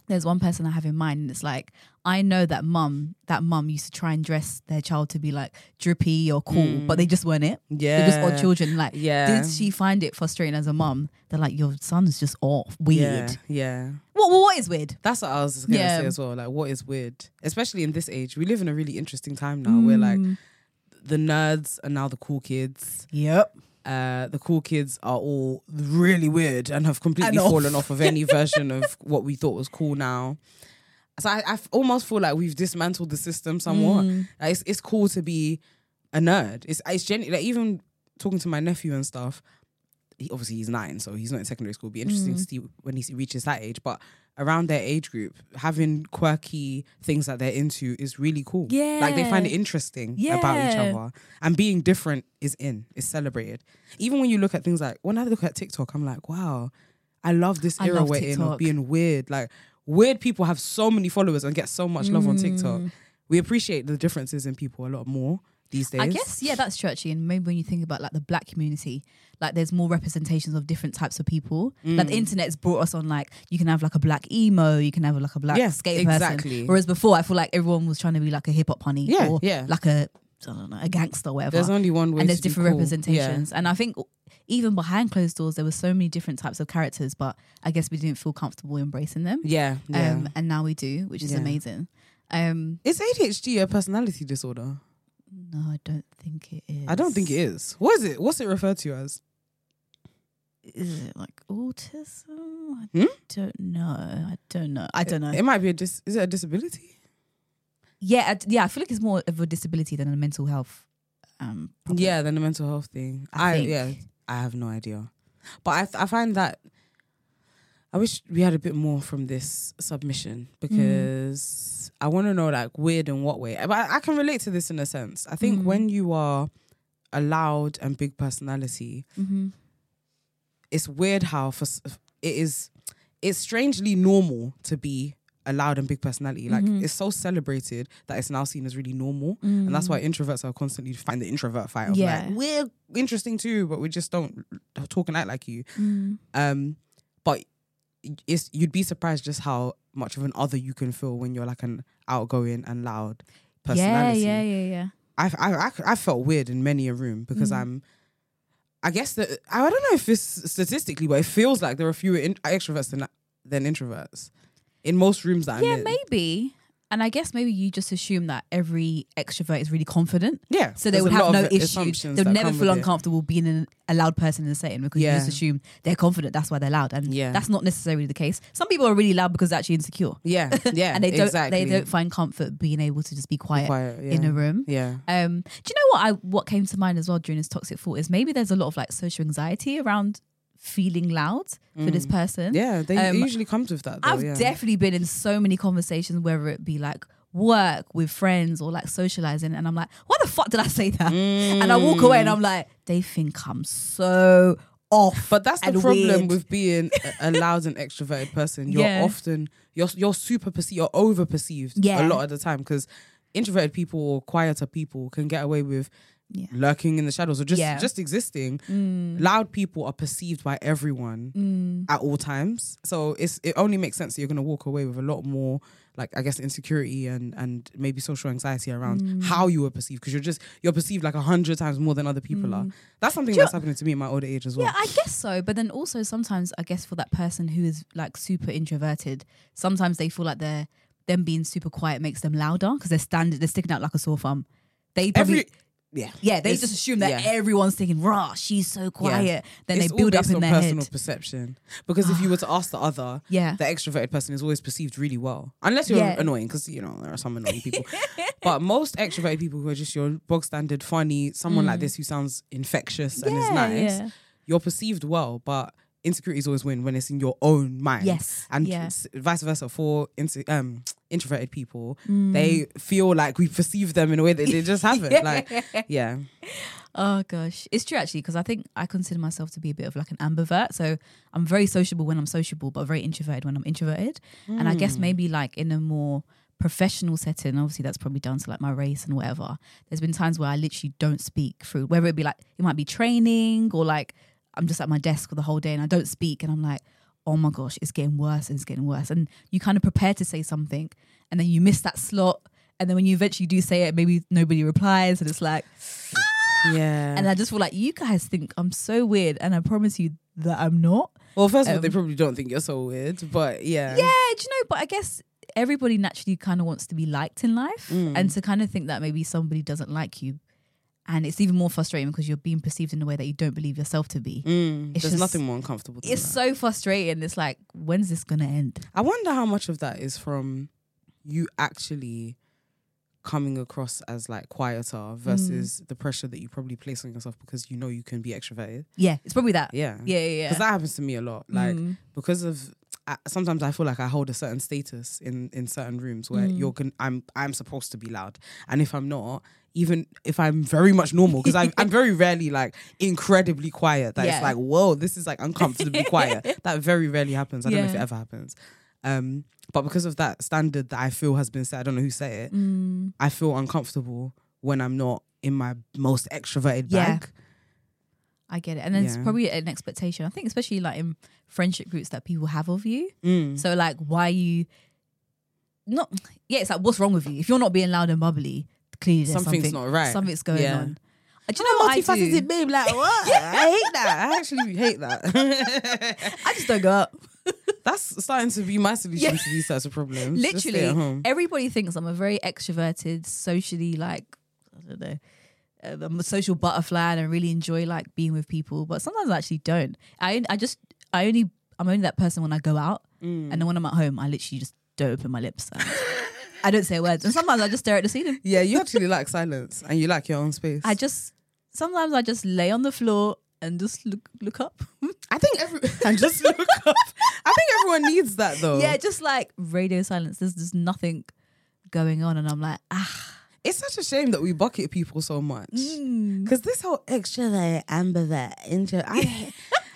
Speaker 1: there's one person I have in mind, and it's like I know that mum, that mum used to try and dress their child to be like drippy or cool, but they just weren't it.
Speaker 2: Mm. Yeah.
Speaker 1: They're just odd children. Like,
Speaker 2: Yeah.
Speaker 1: did she find it frustrating as a mum? They're like, your son's just off, weird.
Speaker 2: Yeah. Yeah.
Speaker 1: What? What is weird?
Speaker 2: That's what I was going to
Speaker 1: Yeah.
Speaker 2: say as well. Like, what is weird? Especially in this age, we live in a really interesting time now where like
Speaker 1: Mm.
Speaker 2: the nerds are now the cool kids.
Speaker 1: Yep.
Speaker 2: Uh, the cool kids are all really weird and have completely
Speaker 1: And off.
Speaker 2: fallen off of any version of what we thought was cool now. So I, I f- almost feel like we've dismantled the system somewhat. Like, it's, it's cool to be a nerd. It's it's genu- like even talking to my nephew and stuff. He, obviously, he's nine, so he's not in secondary school. It'll be interesting to see when he reaches that age. But around their age group, having quirky things that they're into is really cool. like they find it
Speaker 1: Yeah.
Speaker 2: interesting about each
Speaker 1: Yeah.
Speaker 2: other, and being different is in. It's celebrated. Even when you look at things like when I look at TikTok, I'm like, wow, I love this
Speaker 1: I
Speaker 2: era
Speaker 1: love
Speaker 2: we're in of
Speaker 1: TikTok.
Speaker 2: being weird. Like weird people have so many followers and get so much love on TikTok.
Speaker 1: Mm.
Speaker 2: We appreciate the differences in people a lot more these days.
Speaker 1: I guess yeah, that's churchy. And maybe when you think about like the black community, like there's more representations of different types of people. Like
Speaker 2: Mm.
Speaker 1: the internet's brought us on like you can have like a black emo, you can have like a black
Speaker 2: Yeah,
Speaker 1: skate
Speaker 2: exactly.
Speaker 1: person. Whereas before, I feel like everyone was trying to be like a hip hop honey
Speaker 2: Yeah,
Speaker 1: or
Speaker 2: yeah.
Speaker 1: like a I don't know, a gangster, whatever.
Speaker 2: There's only one way.
Speaker 1: and
Speaker 2: to
Speaker 1: there's
Speaker 2: be
Speaker 1: different
Speaker 2: cool.
Speaker 1: representations. And I think even behind closed doors, there were so many different types of characters, but I guess we didn't feel comfortable embracing them.
Speaker 2: Yeah, yeah. yeah.
Speaker 1: Um, and now we do, which is
Speaker 2: Yeah.
Speaker 1: amazing. Um,
Speaker 2: is ADHD a personality disorder?
Speaker 1: no, I don't think it is.
Speaker 2: I don't think it is. What is it? What's it referred to as?
Speaker 1: Is it like autism? I
Speaker 2: Hmm?
Speaker 1: don't know. I don't know. I don't know.
Speaker 2: It, it might be a dis. Is it a disability?
Speaker 1: yeah, I, d- yeah. I feel like it's more of a disability than a mental health. Um, problem.
Speaker 2: Yeah, then the mental health thing.
Speaker 1: I
Speaker 2: I,
Speaker 1: think.
Speaker 2: yeah, I have no idea, but I th- I find that I wish we had a bit more from this submission
Speaker 1: Mm.
Speaker 2: because I want to know like weird in what way. But I, I can relate to this in a sense. I think
Speaker 1: Mm.
Speaker 2: when you are a loud and big personality,
Speaker 1: Mhm.
Speaker 2: it's weird how for s- it is. It's strangely normal to be a loud and big personality. Like
Speaker 1: Mhm.
Speaker 2: it's so celebrated that it's now seen as really normal and
Speaker 1: Mm.
Speaker 2: that's why introverts are constantly find the introvert fight. Of
Speaker 1: Yeah.
Speaker 2: like, we're interesting too, but we just don't talk and act like you.
Speaker 1: Mm.
Speaker 2: Um, but it's you'd be surprised just how much of an other you can feel when you're like an outgoing and loud
Speaker 1: Yeah,
Speaker 2: personality.
Speaker 1: yeah, yeah, yeah.
Speaker 2: I've, I I I felt weird in many a room because
Speaker 1: Mhm.
Speaker 2: I'm. I guess that I don't know if it's statistically, but it feels like there are fewer in, extroverts than than introverts in most rooms that
Speaker 1: yeah,
Speaker 2: I'm in.
Speaker 1: maybe. And I guess maybe you just assume that every extrovert is really confident.
Speaker 2: Yeah,
Speaker 1: So they
Speaker 2: there's
Speaker 1: would
Speaker 2: a
Speaker 1: have
Speaker 2: lot
Speaker 1: no
Speaker 2: of
Speaker 1: issues.
Speaker 2: assumptions
Speaker 1: They'll
Speaker 2: that
Speaker 1: never
Speaker 2: come
Speaker 1: feel
Speaker 2: with it.
Speaker 1: uncomfortable being an, a loud person in a setting because you
Speaker 2: Yeah.
Speaker 1: just assume they're confident. That's why they're loud, and
Speaker 2: Yeah.
Speaker 1: that's not necessarily the case. Some people are really loud because they're actually insecure, [LAUGHS]
Speaker 2: Yeah, yeah,
Speaker 1: and they don't
Speaker 2: exactly.
Speaker 1: they don't find comfort being able to just be quiet,
Speaker 2: Quiet, yeah.
Speaker 1: in a room.
Speaker 2: Yeah.
Speaker 1: Um, do you know what I what came to mind as well during this toxic thought is maybe there's a lot of like social anxiety around feeling loud for this person.
Speaker 2: Mm. Yeah, they
Speaker 1: Um,
Speaker 2: it usually comes with that. Though,
Speaker 1: I've
Speaker 2: yeah.
Speaker 1: definitely been in so many conversations, whether it be like work with friends or like socializing, and I'm like, why the fuck did I say that? [LAUGHS] And I walk away and
Speaker 2: Mm.
Speaker 1: I'm like, they think I'm so off.
Speaker 2: but that's the
Speaker 1: and
Speaker 2: problem
Speaker 1: weird.
Speaker 2: with being a, a loud and extroverted person. You're
Speaker 1: Yeah.
Speaker 2: often you're you're super perceived, you're over perceived
Speaker 1: Yeah.
Speaker 2: a lot of the time because introverted people or quieter people can get away with
Speaker 1: Yeah.
Speaker 2: lurking in the shadows or just
Speaker 1: Yeah. Mm.
Speaker 2: just existing. Loud people are perceived by everyone at all times, so it's it only makes sense that you're going to walk away with a lot more. Like I guess insecurity and and maybe social anxiety around
Speaker 1: Mm.
Speaker 2: how you were perceived because you're just you're perceived like a hundred times more than other people are. That's something
Speaker 1: Mm. Do you
Speaker 2: that's happening to me in my older age as well.
Speaker 1: Yeah, I guess so. But then also sometimes I guess for that person who is like super introverted, sometimes they feel like they're them being super quiet makes them louder because they're standing, they're sticking out like a sore thumb. They probably,
Speaker 2: Every yeah,
Speaker 1: yeah, they
Speaker 2: it's-
Speaker 1: just assume that
Speaker 2: yeah.
Speaker 1: everyone's thinking, "Rah, she's so quiet." Then
Speaker 2: It's
Speaker 1: they
Speaker 2: all
Speaker 1: build up
Speaker 2: based
Speaker 1: in
Speaker 2: on
Speaker 1: their
Speaker 2: personal
Speaker 1: head.
Speaker 2: perception. Because if you were to ask the other,
Speaker 1: Yeah.
Speaker 2: the extroverted person is always perceived really well, unless you're
Speaker 1: Yeah.
Speaker 2: annoying, because you know there are some annoying
Speaker 1: [LAUGHS]
Speaker 2: people. but most extroverted people who are just your bog standard funny, someone like this who sounds infectious and is
Speaker 1: Mm. Yeah,
Speaker 2: nice,
Speaker 1: yeah.
Speaker 2: you're perceived well, but insecurities always win when it's in your own mind.
Speaker 1: Yes,
Speaker 2: and
Speaker 1: yeah.
Speaker 2: s- vice versa for inse- um, introverted people, they
Speaker 1: Mm.
Speaker 2: feel like we perceive them in a way that they just
Speaker 1: [LAUGHS]
Speaker 2: haven't. Like, yeah,
Speaker 1: Oh gosh, it's true actually because I think I consider myself to be a bit of like an ambivert. So I'm very sociable when I'm sociable, but very introverted when I'm introverted. And I guess maybe like in a more professional setting, obviously that's probably down to like my race and whatever. There's been times where I literally don't speak through, whether it be like it might be training or like I'm just at my desk for the whole day and I don't speak, and I'm like, oh my gosh, it's getting worse and it's getting worse. And you kind of prepare to say something, and then you miss that slot. And then when you eventually do say it, maybe nobody replies, and it's like,
Speaker 2: yeah.
Speaker 1: and I just feel like you guys think I'm so weird, and I promise you that I'm not.
Speaker 2: Well, first of all, they probably don't think you're so weird, but yeah.
Speaker 1: Um, Yeah, do you know? But I guess everybody naturally kind of wants to be liked in life,
Speaker 2: Mm.
Speaker 1: and to kind of think that maybe somebody doesn't like you, and it's even more frustrating because you're being perceived in a way that you don't believe yourself to be.
Speaker 2: Mm,
Speaker 1: It's
Speaker 2: there's
Speaker 1: just-
Speaker 2: nothing more uncomfortable than
Speaker 1: It's
Speaker 2: that.
Speaker 1: so frustrating. It's like, when's this gonna end?
Speaker 2: I wonder how much of that is from you actually coming across as like quieter
Speaker 1: Mm.
Speaker 2: versus the pressure that you probably place on yourself because you know you can be extroverted.
Speaker 1: Yeah, it's probably that.
Speaker 2: Yeah.
Speaker 1: yeah, yeah. yeah. Mm.
Speaker 2: Because that happens to me a lot. Like because of I, sometimes I feel like I hold a certain status in in certain rooms where
Speaker 1: Mm.
Speaker 2: you're con- I'm I'm supposed to be loud, and if I'm not, even if I'm very much normal, because I'm I'm very rarely like incredibly quiet. That
Speaker 1: Yeah.
Speaker 2: it's like whoa, this is like uncomfortably
Speaker 1: [LAUGHS]
Speaker 2: quiet. That very rarely happens. I don't know if
Speaker 1: Yeah.
Speaker 2: it ever happens. Um, but because of that standard that I feel has been set, I don't know who said it.
Speaker 1: Mm.
Speaker 2: I feel uncomfortable when I'm not in my most extroverted
Speaker 1: Yeah.
Speaker 2: bag.
Speaker 1: I get it. And then it's
Speaker 2: Yeah.
Speaker 1: probably an expectation. I think especially like in friendship groups that people have of you.
Speaker 2: Mm.
Speaker 1: So like why you not yeah, it's like what's wrong with you? If you're not being loud and bubbly, clearly there's
Speaker 2: Something's
Speaker 1: something,
Speaker 2: not right.
Speaker 1: Something's going
Speaker 2: Yeah.
Speaker 1: on. Uh, Do you know what I do?
Speaker 2: multifaceted, babe. [LAUGHS] Like what? I hate that. I actually hate that. [LAUGHS]
Speaker 1: I just don't go up.
Speaker 2: That's starting to be my solution
Speaker 1: Yeah.
Speaker 2: to these sorts of problems. Just stay at
Speaker 1: Literally,
Speaker 2: home.
Speaker 1: everybody thinks I'm a very extroverted, socially like I don't know. um, I'm a social butterfly and I really enjoy like being with people, but sometimes I actually don't. I I just I only I'm only that person when I go out,
Speaker 2: Mm.
Speaker 1: and then when I'm at home, I literally just don't open my lips.
Speaker 2: [LAUGHS]
Speaker 1: And I don't say words, and sometimes I just stare at the ceiling.
Speaker 2: Yeah, you actually like silence and you like your own space.
Speaker 1: I just sometimes I just lay on the floor and just look look up. [LAUGHS]
Speaker 2: I think every [LAUGHS] and just look up. I think everyone needs that though.
Speaker 1: yeah, just like radio silence. There's just nothing going on, and I'm like ah.
Speaker 2: it's such a shame that we bucket people so much.
Speaker 1: mm.
Speaker 2: Cause this whole extra that amber that intro, I,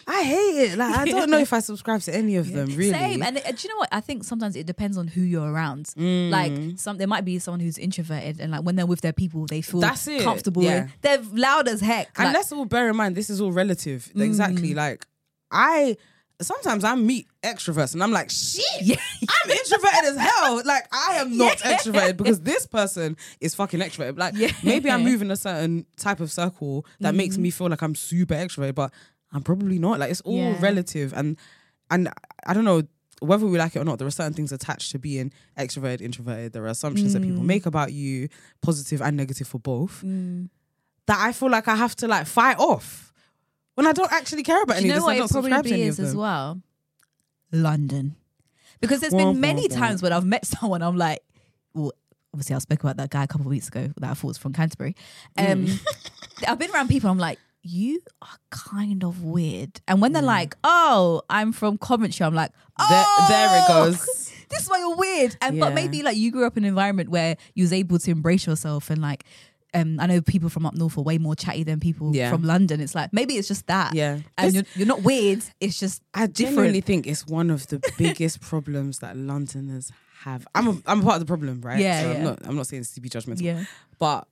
Speaker 2: I hate it. Like I don't know if I subscribe to any of them. Really,
Speaker 1: Same. And uh, do you know what? I think sometimes it depends on who you're around.
Speaker 2: Mm.
Speaker 1: Like some there might be someone who's introverted and like when they're with their people, they feel
Speaker 2: That's it.
Speaker 1: comfortable.
Speaker 2: Yeah.
Speaker 1: They're loud as heck.
Speaker 2: and
Speaker 1: Like,
Speaker 2: let's all bear in mind this is all relative. Exactly. Like I sometimes I meet extroverts and I'm like shit.
Speaker 1: [LAUGHS] yeah.
Speaker 2: I'm introverted as hell. Like I am
Speaker 1: [LAUGHS]
Speaker 2: not extroverted because this person is fucking extroverted. Like
Speaker 1: Yeah. Mm.
Speaker 2: maybe I'm moving a certain type of circle that makes me feel like I'm super extroverted, but I'm probably not. Like it's all
Speaker 1: Yeah.
Speaker 2: relative, and and I don't know whether we like it or not. There are certain things attached to being extroverted, introverted. There are assumptions that
Speaker 1: Mm.
Speaker 2: people make about you, positive and negative for both.
Speaker 1: Mm.
Speaker 2: That I feel like I have to like fight off when I don't actually care about
Speaker 1: Do
Speaker 2: any
Speaker 1: you
Speaker 2: of
Speaker 1: know what
Speaker 2: this. I don't
Speaker 1: it
Speaker 2: subscribe to
Speaker 1: probably
Speaker 2: any of
Speaker 1: is
Speaker 2: them.
Speaker 1: as well? London. Because there's
Speaker 2: Wah,
Speaker 1: been
Speaker 2: wah,
Speaker 1: many
Speaker 2: wah.
Speaker 1: times when I've met [LAUGHS] someone, I'm like, well, obviously I spoke about that guy a couple of weeks ago that I thought was from Canterbury. Um,
Speaker 2: Mm.
Speaker 1: [LAUGHS] I've been around people, I'm like, you are kind of weird. And when they're like, oh, I'm from Coventry, I'm like,
Speaker 2: Mm. There, there it
Speaker 1: "Oh,
Speaker 2: goes.
Speaker 1: [LAUGHS] This is why you're weird. And
Speaker 2: Yeah.
Speaker 1: but maybe like you grew up in an environment where you was able to embrace yourself and like um, I know people from up north are way more chatty than people
Speaker 2: Yeah.
Speaker 1: from London. It's like maybe it's just that.
Speaker 2: Yeah.
Speaker 1: And
Speaker 2: This-
Speaker 1: you're, you're not weird. It's just
Speaker 2: I
Speaker 1: different.
Speaker 2: genuinely think it's one of
Speaker 1: [LAUGHS]
Speaker 2: the biggest problems that Londoners have. I'm a, I'm part of the problem, right?
Speaker 1: Yeah,
Speaker 2: So
Speaker 1: yeah.
Speaker 2: I'm not I'm not saying this to be judgmental.
Speaker 1: Yeah.
Speaker 2: But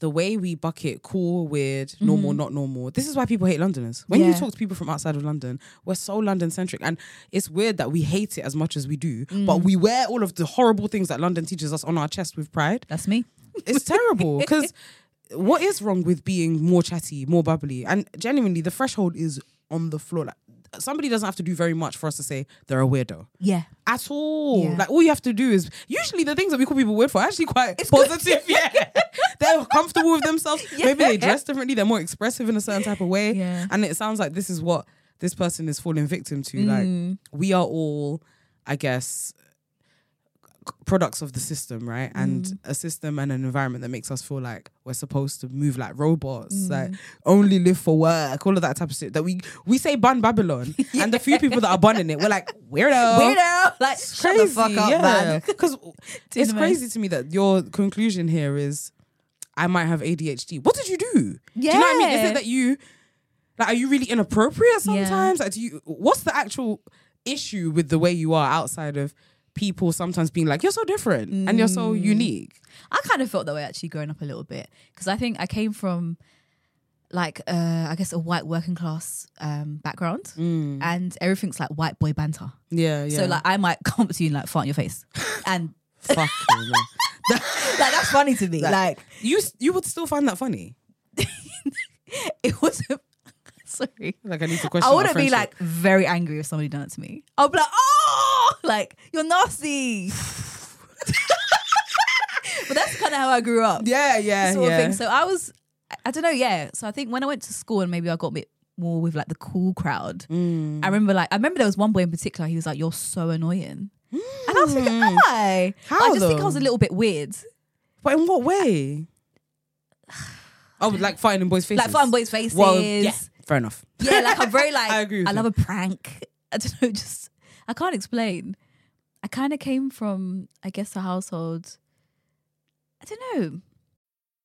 Speaker 2: the way we bucket cool, weird, normal, not normal. This is why people hate Londoners. When you
Speaker 1: Mm-hmm. Yeah.
Speaker 2: talk to people from outside of London, we're so London centric, and it's weird that we hate it as much as we do.
Speaker 1: Mm.
Speaker 2: But we wear all of the horrible things that London teaches us on our chest with pride.
Speaker 1: That's me.
Speaker 2: It's terrible because what is wrong with being more chatty, more bubbly? And genuinely, the threshold is on the floor. Like somebody doesn't have to do very much for us to say they're a weirdo
Speaker 1: Yeah.
Speaker 2: at all.
Speaker 1: Yeah.
Speaker 2: Like all you have to do is usually the things that we call people weird for are actually quite positive. [LAUGHS] Yeah, they're comfortable with
Speaker 1: [LAUGHS]
Speaker 2: themselves. Maybe they dress differently. They're more expressive in a certain type of way.
Speaker 1: Yeah.
Speaker 2: And it sounds like this is what this person is falling victim to.
Speaker 1: Mm.
Speaker 2: Like we are all, I guess. c- Products of the system, right?
Speaker 1: Mm.
Speaker 2: And a system and an environment that makes us feel like we're supposed to move like robots,
Speaker 1: Mm.
Speaker 2: like only live for work, all of that type of shit. That we we say
Speaker 1: [LAUGHS]
Speaker 2: bun Babylon, and the few people that are bunning it, we're like weirdo,
Speaker 1: Weirdo. Oh, Like shut the fuck up, man. [LAUGHS]
Speaker 2: Because it's
Speaker 1: Cinnamon.
Speaker 2: crazy to me that your conclusion here is, I might have ADHD. What did you do? Do you know what I mean? Is
Speaker 1: Yeah.
Speaker 2: it that you, like, are you really inappropriate
Speaker 1: Yeah.
Speaker 2: sometimes? Like, do you? What's the actual issue with the way you are outside of people sometimes being like, you're so different and you're so
Speaker 1: Mm.
Speaker 2: unique?
Speaker 1: I kind of felt that way actually growing up a little bit because I think I came from like uh, I guess a white working class um, background and everything's like white boy banter.
Speaker 2: Yeah, Mm. yeah.
Speaker 1: So like I might [LAUGHS] come up to you and like fart in your face and
Speaker 2: fuck you.
Speaker 1: [LAUGHS]
Speaker 2: man.
Speaker 1: like that's funny to me. Like,
Speaker 2: You s- you would still find that funny.
Speaker 1: it wasn't. [LAUGHS] Sorry.
Speaker 2: Like I need to question.
Speaker 1: I
Speaker 2: our
Speaker 1: wouldn't be
Speaker 2: friendship.
Speaker 1: like very angry if somebody done it to me. I'll be like, oh, like you're nasty. [LAUGHS] but that's kind of how I grew up.
Speaker 2: yeah, yeah,
Speaker 1: sort
Speaker 2: yeah.
Speaker 1: of thing. So I was, I- I don't know, yeah. So I think when I went to school and maybe I got a bit more with like the cool crowd.
Speaker 2: Mm.
Speaker 1: I remember like I remember there was one boy in particular. He was like, "You're so annoying," and I was thinking, "Why?" But I
Speaker 2: Mm. How,
Speaker 1: just think I
Speaker 2: though?
Speaker 1: was a little bit weird,
Speaker 2: But in
Speaker 1: [SIGHS]
Speaker 2: what way? Oh, like fighting in boys' faces.
Speaker 1: like fun boys' faces.
Speaker 2: Well, yeah, fair enough.
Speaker 1: Yeah, like I'm very like
Speaker 2: [LAUGHS] I
Speaker 1: I,
Speaker 2: agree with you.
Speaker 1: love a prank. [LAUGHS] I don't know, just I can't explain. I kind of came from, I guess, a household. I don't know.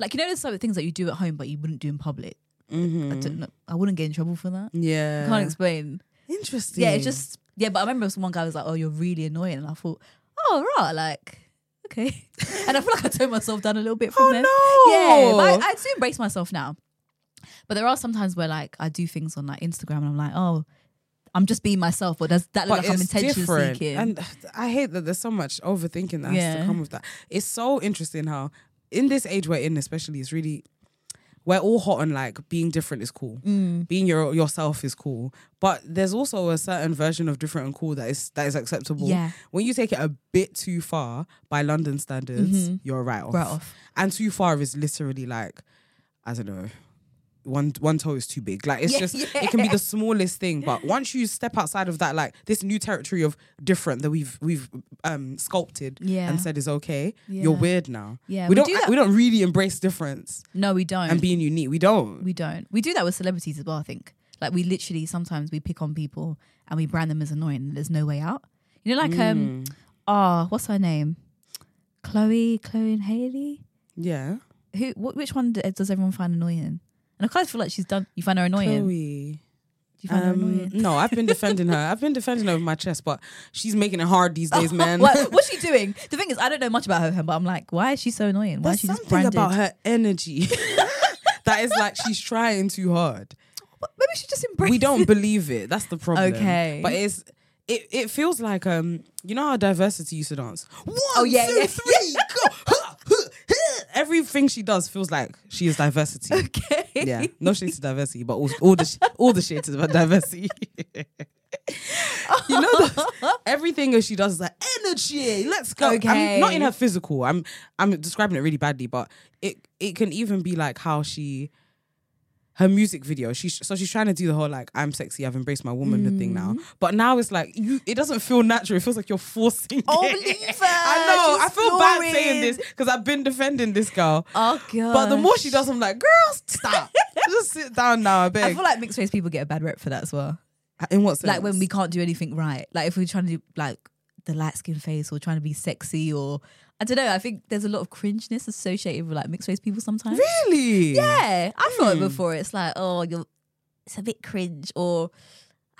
Speaker 1: Like you know, there's some things that you do at home but you wouldn't do in public. I don't know. I wouldn't get in trouble for that.
Speaker 2: Mm-hmm. Yeah.
Speaker 1: I can't explain.
Speaker 2: Interesting.
Speaker 1: Yeah, it's just yeah. But I remember one guy was like, "Oh, you're really annoying," and I thought, "Oh, right, like." Okay, [LAUGHS] and I feel like I toned myself down a little bit from
Speaker 2: Oh,
Speaker 1: then.
Speaker 2: no.
Speaker 1: Yeah, but I, I do embrace myself now. But there are some times where like I do things on like Instagram and I'm like, oh, I'm just being myself, or does that look
Speaker 2: But
Speaker 1: like I'm
Speaker 2: it's
Speaker 1: intention
Speaker 2: different.
Speaker 1: seeking?
Speaker 2: And I hate that there's so much overthinking that has to
Speaker 1: Yeah.
Speaker 2: come with that. It's so interesting how in this age we're in, especially, it's really we're all hot on like being different is cool.
Speaker 1: Mm.
Speaker 2: Being your yourself is cool. But there's also a certain version of different and cool that is that is acceptable.
Speaker 1: Yeah.
Speaker 2: When you take it a bit too far by London standards, you're right off.
Speaker 1: Mm-hmm. Right off.
Speaker 2: And too far is literally like, I don't know. One one toe is too big. Like it's
Speaker 1: Yeah,
Speaker 2: just
Speaker 1: yeah.
Speaker 2: it can
Speaker 1: [LAUGHS]
Speaker 2: be the smallest thing, but once you step outside of that, like this new territory of different that we've we've um sculpted
Speaker 1: Yeah.
Speaker 2: and said is okay, you're
Speaker 1: Yeah.
Speaker 2: weird now.
Speaker 1: Yeah,
Speaker 2: we,
Speaker 1: we
Speaker 2: don't
Speaker 1: do that-
Speaker 2: we don't really embrace difference
Speaker 1: no, we don't.
Speaker 2: and being unique. We don't.
Speaker 1: we don't. We do that with celebrities as well. I think like we literally sometimes we pick on people and we brand them as annoying. and There's no way out. You know, like
Speaker 2: Mm.
Speaker 1: um, ah, what's her name? Chloe, Chloe and Haley.
Speaker 2: Yeah.
Speaker 1: Who? Wh- which one d- does everyone find annoying? And I kind of feel like she's done. You find her annoying. Do
Speaker 2: Chloe. um,
Speaker 1: you find her annoying?
Speaker 2: no, I've been defending her. I've been defending her with my chest, but she's making it hard
Speaker 1: [LAUGHS]
Speaker 2: these days, man. [LAUGHS]
Speaker 1: What, what's she doing? The thing is, I don't know much about her, but I'm like, why is she so annoying? Why
Speaker 2: There's
Speaker 1: is she just
Speaker 2: something
Speaker 1: branded?
Speaker 2: about her energy [LAUGHS] that is like she's trying too hard.
Speaker 1: But Maybe she just embraces.
Speaker 2: We don't believe it. That's the problem.
Speaker 1: Okay.
Speaker 2: but it's it. It feels like um, you know how diversity used to dance. One,
Speaker 1: Oh, yeah,
Speaker 2: two,
Speaker 1: yeah.
Speaker 2: three, go. [LAUGHS] Huh, huh, huh. Everything she does feels like she is
Speaker 1: [LAUGHS]
Speaker 2: diversity.
Speaker 1: [LAUGHS] Okay.
Speaker 2: Yeah, no shade to diversity, but all, all the sh- all the shades of diversity. you
Speaker 1: [LAUGHS]
Speaker 2: know, the, everything that she does is like energy. Let's go. I'm not in her physical. I'm I'm describing it really badly, but it it can even be like how she. Her music video, she's so she's trying to do the whole like I'm sexy, I've embraced my womanhood
Speaker 1: Mm.
Speaker 2: thing now. But now it's like you, it doesn't feel natural. It feels like you're forcing.
Speaker 1: Oh,
Speaker 2: it.
Speaker 1: believe her.
Speaker 2: [LAUGHS] I know. I
Speaker 1: She's
Speaker 2: feel bad
Speaker 1: snoring.
Speaker 2: saying this because I've been defending this girl.
Speaker 1: Oh god.
Speaker 2: But the more she does, I'm like, girls, stop.
Speaker 1: [LAUGHS]
Speaker 2: Just sit down now, I
Speaker 1: I
Speaker 2: beg.
Speaker 1: feel like mixed race people get a bad rep for that as well.
Speaker 2: In what sense?
Speaker 1: Like when we can't do anything right. Like if we're trying to do like the light skin face or trying to be sexy or I don't know. I think there's a lot of cringeness associated with like mixed race people sometimes.
Speaker 2: really, Hmm.
Speaker 1: Yeah, I thought it before. It's like oh, you're it's a bit cringe or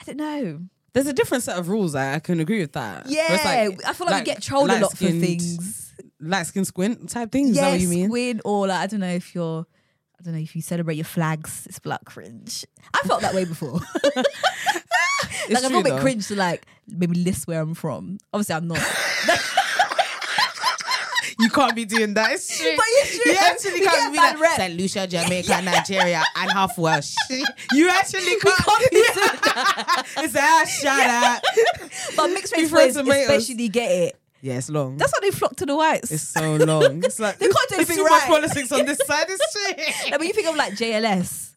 Speaker 1: I don't know.
Speaker 2: There's a different set of rules. I, I can agree with that.
Speaker 1: Yeah,
Speaker 2: Where it's
Speaker 1: I feel like, we get trolled a lot for
Speaker 2: light-skinned-
Speaker 1: things.
Speaker 2: light skin squint type things. Is
Speaker 1: yeah,
Speaker 2: that what you mean?
Speaker 1: squid or like I don't know if you're. I don't know if you celebrate your flags. It's black cringe. I felt that way before.
Speaker 2: [LAUGHS] It's
Speaker 1: like I'm
Speaker 2: true,
Speaker 1: a bit
Speaker 2: though.
Speaker 1: cringe to like maybe list where I'm from. Obviously,
Speaker 2: [LAUGHS]
Speaker 1: I'm not.
Speaker 2: You can't be doing
Speaker 1: [LAUGHS]
Speaker 2: that. It's true.
Speaker 1: But it's true.
Speaker 2: You actually
Speaker 1: You
Speaker 2: can't
Speaker 1: get
Speaker 2: be
Speaker 1: that
Speaker 2: like
Speaker 1: rep.
Speaker 2: Saint
Speaker 1: [LAUGHS]
Speaker 2: Lucia, Jamaica, Nigeria, and half Welsh. You actually can't. it's a ah, shout out.
Speaker 1: [LAUGHS] but mixed race
Speaker 2: Before
Speaker 1: boys
Speaker 2: tomatoes.
Speaker 1: especially get it.
Speaker 2: Yeah, it's long.
Speaker 1: That's why they flock to the whites.
Speaker 2: it's so long. It's like
Speaker 1: They can't do
Speaker 2: it's
Speaker 1: anything
Speaker 2: too much
Speaker 1: right.
Speaker 2: politics on this side.
Speaker 1: [LAUGHS]
Speaker 2: It's shit.
Speaker 1: like when you think of like JLS,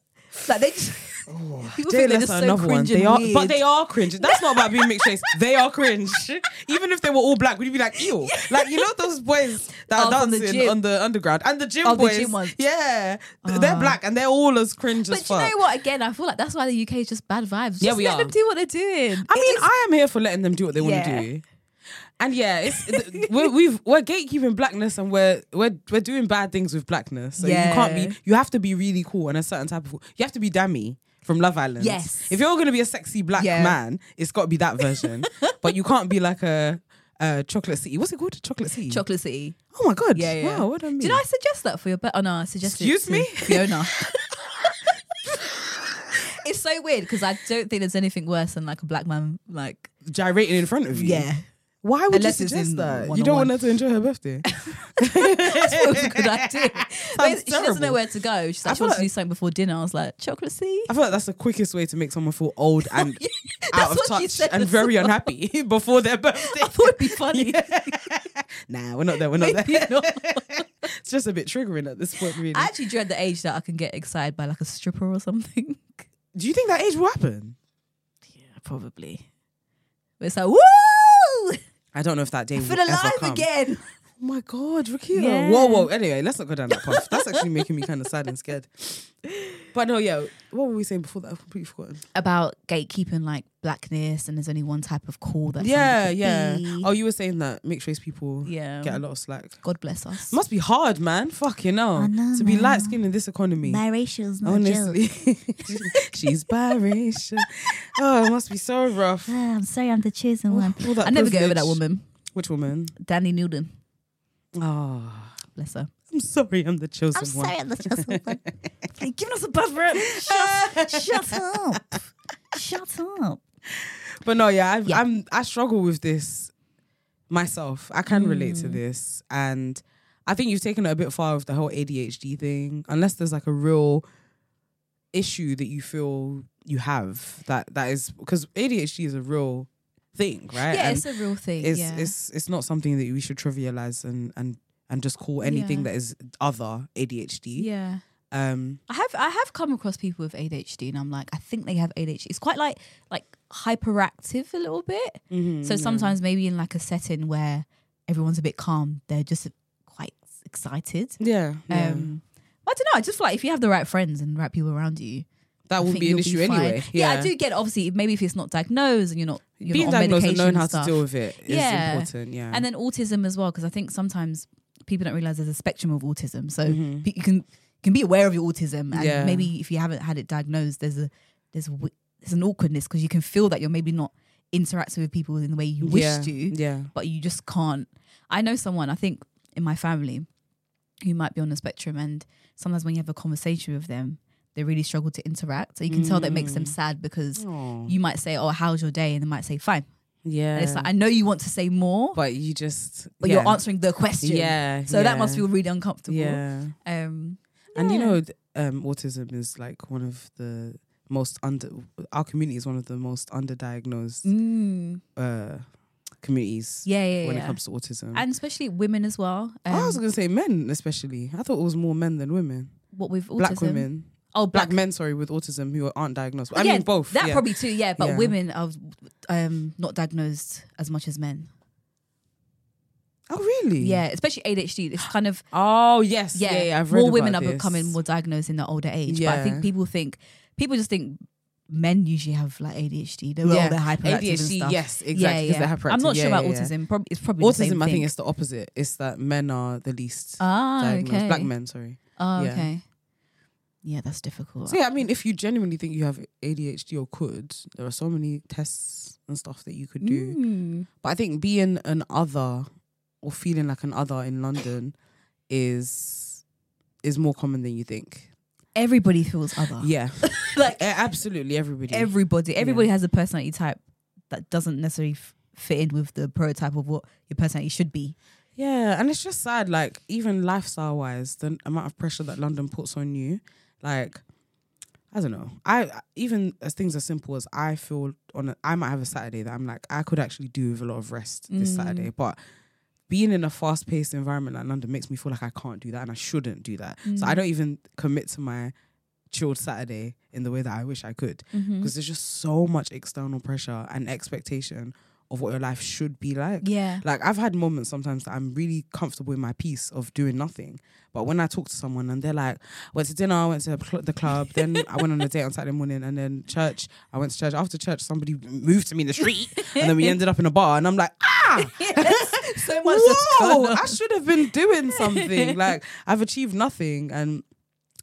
Speaker 1: like they
Speaker 2: [LAUGHS]
Speaker 1: just, [LAUGHS] people think
Speaker 2: Jay
Speaker 1: they're
Speaker 2: Lethal
Speaker 1: just so
Speaker 2: another
Speaker 1: cringe
Speaker 2: one.
Speaker 1: and
Speaker 2: They are,
Speaker 1: weird.
Speaker 2: but they are cringe. That's not about being mixed race. They are cringe. [LAUGHS] Even if they were all black, would you be
Speaker 1: [LAUGHS]
Speaker 2: like, ew? Like you know those boys that are
Speaker 1: Oh, from the
Speaker 2: dancing
Speaker 1: gym.
Speaker 2: on the underground and the gym
Speaker 1: Oh, the
Speaker 2: boys.
Speaker 1: gym ones. Ah.
Speaker 2: Yeah, Th- they're black and they're all as cringe as
Speaker 1: But do
Speaker 2: fuck.
Speaker 1: you know what? Again, I feel like that's why the UK is just bad vibes.
Speaker 2: Yeah,
Speaker 1: just
Speaker 2: we
Speaker 1: let
Speaker 2: are.
Speaker 1: them do what they're doing.
Speaker 2: I mean, I am here for letting them do what they want
Speaker 1: Yeah.
Speaker 2: to do. And yeah, it's, th- we're, we've, we're gatekeeping blackness and we're, we're, we're doing bad things with blackness. So you can't
Speaker 1: Yeah.
Speaker 2: be, you have to be really cool and a certain type of, you have to be Dammy from Love Island.
Speaker 1: Yes.
Speaker 2: If you're going to be a sexy black
Speaker 1: Yeah.
Speaker 2: man, it's got to be
Speaker 1: [LAUGHS]
Speaker 2: that version. but you can't be like a, a Chocolate City. What's it called? Chocolate City.
Speaker 1: Chocolate City.
Speaker 2: oh my God.
Speaker 1: Yeah, yeah.
Speaker 2: Wow, what do I mean?
Speaker 1: Did I suggest that for your bet? Oh no, I suggested. it
Speaker 2: Excuse
Speaker 1: to
Speaker 2: me?
Speaker 1: Fiona.
Speaker 2: [LAUGHS]
Speaker 1: [LAUGHS] it's so weird because I don't think there's anything worse than like a black man. Like
Speaker 2: Gyrating in front of you.
Speaker 1: [LAUGHS]
Speaker 2: Why would
Speaker 1: Unless
Speaker 2: you
Speaker 1: it's
Speaker 2: suggest
Speaker 1: in
Speaker 2: that? You don't
Speaker 1: one-on-one.
Speaker 2: want her to enjoy her birthday.
Speaker 1: it was a good
Speaker 2: [LAUGHS]
Speaker 1: idea. But she doesn't know
Speaker 2: terrible.
Speaker 1: where to go. She's
Speaker 2: I
Speaker 1: like, she wants
Speaker 2: feel
Speaker 1: to
Speaker 2: like-
Speaker 1: do something before dinner. I was like, chocolate sea. [LAUGHS]
Speaker 2: I feel like that's the quickest way to make someone feel old and out of
Speaker 1: what she
Speaker 2: touch
Speaker 1: said
Speaker 2: and
Speaker 1: as [LAUGHS]
Speaker 2: very
Speaker 1: well.
Speaker 2: unhappy [LAUGHS] before
Speaker 1: [LAUGHS]
Speaker 2: their birthday.
Speaker 1: That would be
Speaker 2: [LAUGHS]
Speaker 1: funny.
Speaker 2: nah, we're not there. We're not there.
Speaker 1: You know?
Speaker 2: [LAUGHS] It's just a bit triggering at this point, really.
Speaker 1: I actually dread the age that I can get excited by like a stripper or something.
Speaker 2: Do you think that age will happen?
Speaker 1: Yeah, probably. But it's like, woo! [LAUGHS]
Speaker 2: I don't know if that day
Speaker 1: I
Speaker 2: will
Speaker 1: feel
Speaker 2: ever
Speaker 1: alive
Speaker 2: come.
Speaker 1: again.
Speaker 2: Oh my god, Rakia.
Speaker 1: Yeah.
Speaker 2: Whoa, whoa. Anyway, let's not go down that path. That's actually making me kind of sad and
Speaker 1: [LAUGHS]
Speaker 2: scared. But no, yeah. What were we saying before that? I've completely forgotten.
Speaker 1: about gatekeeping like blackness and there's only one type of call that
Speaker 2: yeah,
Speaker 1: somebody could
Speaker 2: yeah.
Speaker 1: be.
Speaker 2: Oh, you were saying that mixed race people
Speaker 1: Yeah.
Speaker 2: get a lot of slack.
Speaker 1: god bless us
Speaker 2: Must be hard, man. Fucking hell.
Speaker 1: I know,
Speaker 2: to be
Speaker 1: man.
Speaker 2: light skinned in this economy.
Speaker 1: biracial's not [LAUGHS]
Speaker 2: Honestly, [LAUGHS] she's biracial. Oh, it must be so rough.
Speaker 1: Ah, I'm sorry, I'm the chosen
Speaker 2: one. all that
Speaker 1: I never get over
Speaker 2: privilege.
Speaker 1: that woman,
Speaker 2: Which woman?
Speaker 1: Danny Newden.
Speaker 2: Oh,
Speaker 1: Bless her.
Speaker 2: I'm sorry, I'm the chosen one.
Speaker 1: Ah.
Speaker 2: [LAUGHS]
Speaker 1: I'm the chosen one. Like, giving us a buzzword. Shut, shut up. Shut up.
Speaker 2: But no, yeah, I've,
Speaker 1: Yeah.
Speaker 2: I'm I struggle with this myself. I can relate
Speaker 1: Mm.
Speaker 2: to this, and I think you've taken it a bit far with the whole ADHD thing. Unless there's like a real issue that you feel you have that that is because ADHD is a real thing, right?
Speaker 1: Yeah,
Speaker 2: And
Speaker 1: it's a real thing.
Speaker 2: it's
Speaker 1: yeah.
Speaker 2: it's it's not something that we should trivialize and and and just call anything
Speaker 1: Yeah.
Speaker 2: that is other ADHD.
Speaker 1: yeah.
Speaker 2: Um,
Speaker 1: I have I have come across people with ADHD and I'm like, I think they have ADHD. It's quite like like hyperactive a little bit. so sometimes maybe in like a setting where everyone's a bit calm, they're just quite excited.
Speaker 2: yeah, yeah.
Speaker 1: Um, but I don't know. I just feel like if you have the right friends and the right people around you,
Speaker 2: that
Speaker 1: I
Speaker 2: would
Speaker 1: think
Speaker 2: be an
Speaker 1: you'll
Speaker 2: issue
Speaker 1: fine.
Speaker 2: anyway.
Speaker 1: Yeah. I do get. Obviously, maybe if it's not diagnosed and you're not you're
Speaker 2: Being
Speaker 1: not on
Speaker 2: diagnosed
Speaker 1: medication
Speaker 2: and knowing how
Speaker 1: stuff.
Speaker 2: to deal with it is
Speaker 1: Yeah.
Speaker 2: important. Yeah.
Speaker 1: And then autism as well, because I think sometimes people don't realize there's a spectrum of autism. So pe- you can you can be aware of your autism, and
Speaker 2: Mm-hmm. Yeah.
Speaker 1: maybe if you haven't had it diagnosed, there's a there's a w there's an awkwardness because you can feel that you're maybe not interacting with people in the way you wish
Speaker 2: yeah.
Speaker 1: to
Speaker 2: Yeah.
Speaker 1: but you just can't. I know someone, I think in my family, who might be on the spectrum, and sometimes when you have a conversation with them, they really struggle to interact. So you can tell that makes them
Speaker 2: Mm.
Speaker 1: sad because you might say, Oh, how's your day? And they might say, Fine.
Speaker 2: Yeah.
Speaker 1: And it's like, I know you want to say more, but,
Speaker 2: but you just
Speaker 1: you're answering the question.
Speaker 2: Yeah,
Speaker 1: So that must
Speaker 2: yeah.
Speaker 1: feel really uncomfortable.
Speaker 2: Yeah.
Speaker 1: Um,
Speaker 2: And you
Speaker 1: yeah.
Speaker 2: know, th- um, autism is like one of the most under our community is one of the most underdiagnosed
Speaker 1: Mm.
Speaker 2: uh communities
Speaker 1: yeah, yeah,
Speaker 2: when
Speaker 1: yeah.
Speaker 2: it comes to autism. Oh,
Speaker 1: and especially women as well. Um,
Speaker 2: I was gonna say men especially. I thought it was more men than women.
Speaker 1: what with autism.
Speaker 2: Black women.
Speaker 1: Oh,
Speaker 2: Black
Speaker 1: black,
Speaker 2: men, sorry, with autism who aren't diagnosed. I
Speaker 1: yeah,
Speaker 2: mean both.
Speaker 1: That
Speaker 2: yeah.
Speaker 1: probably too, yeah. But
Speaker 2: Yeah.
Speaker 1: women are um, not diagnosed as much as men.
Speaker 2: Oh really?
Speaker 1: Yeah, especially ADHD. It's kind of
Speaker 2: Oh yes.
Speaker 1: yeah.
Speaker 2: Yeah, yeah, I've read
Speaker 1: more women
Speaker 2: about
Speaker 1: are
Speaker 2: this.
Speaker 1: becoming more diagnosed in their older age. But I
Speaker 2: Yeah.
Speaker 1: think people think people just think men usually have like ADHD. They're, yeah.
Speaker 2: Yeah.
Speaker 1: they're hyperactive and
Speaker 2: ADHD,
Speaker 1: stuff.
Speaker 2: yes, exactly, 'cause they're
Speaker 1: I'm not sure
Speaker 2: hyperactive. Yeah,
Speaker 1: about
Speaker 2: yeah, yeah.
Speaker 1: autism. Prob- it's probably The
Speaker 2: Autism,
Speaker 1: same
Speaker 2: I think
Speaker 1: thing.
Speaker 2: it's the opposite. It's that men are the least
Speaker 1: ah
Speaker 2: diagnosed.
Speaker 1: okay.
Speaker 2: Black men, sorry.
Speaker 1: Oh,
Speaker 2: yeah.
Speaker 1: okay. Yeah, that's difficult.
Speaker 2: So yeah, I mean, if you genuinely think you have ADHD or could, there are so many tests and stuff that you could do.
Speaker 1: Mm.
Speaker 2: But I think being an other or feeling like an other in London is is more common than you think.
Speaker 1: Everybody feels other.
Speaker 2: Yeah,
Speaker 1: like
Speaker 2: A- absolutely everybody.
Speaker 1: everybody everybody has a personality type that doesn't necessarily f- fit in with the prototype of what your personality should be
Speaker 2: yeah, and it's just sad. Like even lifestyle wise, the amount of pressure that London puts on you, like. I don't know. I even as things as simple as I feel on, a, I might have a Saturday that I'm like I could actually do with a lot of rest this Saturday, but being in a fast paced environment like London makes me feel like I can't do that and I shouldn't do that. So I don't even commit to my chilled Saturday in the way that I wish I could because there's just so much external pressure and expectation of what your life should be like. [LAUGHS]
Speaker 1: Yeah.
Speaker 2: Like I've had moments sometimes that I'm really comfortable in my peace of doing nothing. But when I talk to someone and they're like, went to dinner, I went to the cl- the club, then I went on a date on Saturday morning and then church, I went to church. After church, somebody moved to me in the street and then we ended up in a bar and I'm like, ah,
Speaker 1: [LAUGHS] so
Speaker 2: whoa, I should have been doing something. like I've achieved nothing. And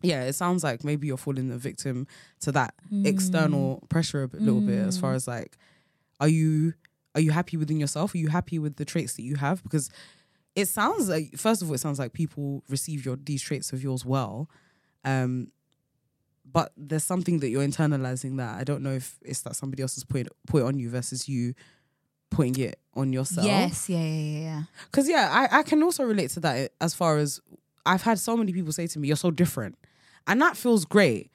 Speaker 2: yeah, it sounds like maybe you're falling a victim to that external pressure a bit- little bit as far as like, are you are you happy within yourself? Are you happy with the traits that you have? Because it sounds like first of all, it sounds like people receive your these traits of yours well. Um but there's something that you're internalizing that I don't know if it's that somebody else has put it, put it on you versus you putting it on yourself.
Speaker 1: yes yeah yeah yeah, yeah
Speaker 2: Because yeah, I, I can also relate to that as far as I've had so many people say to me, "You're so different," and that feels great.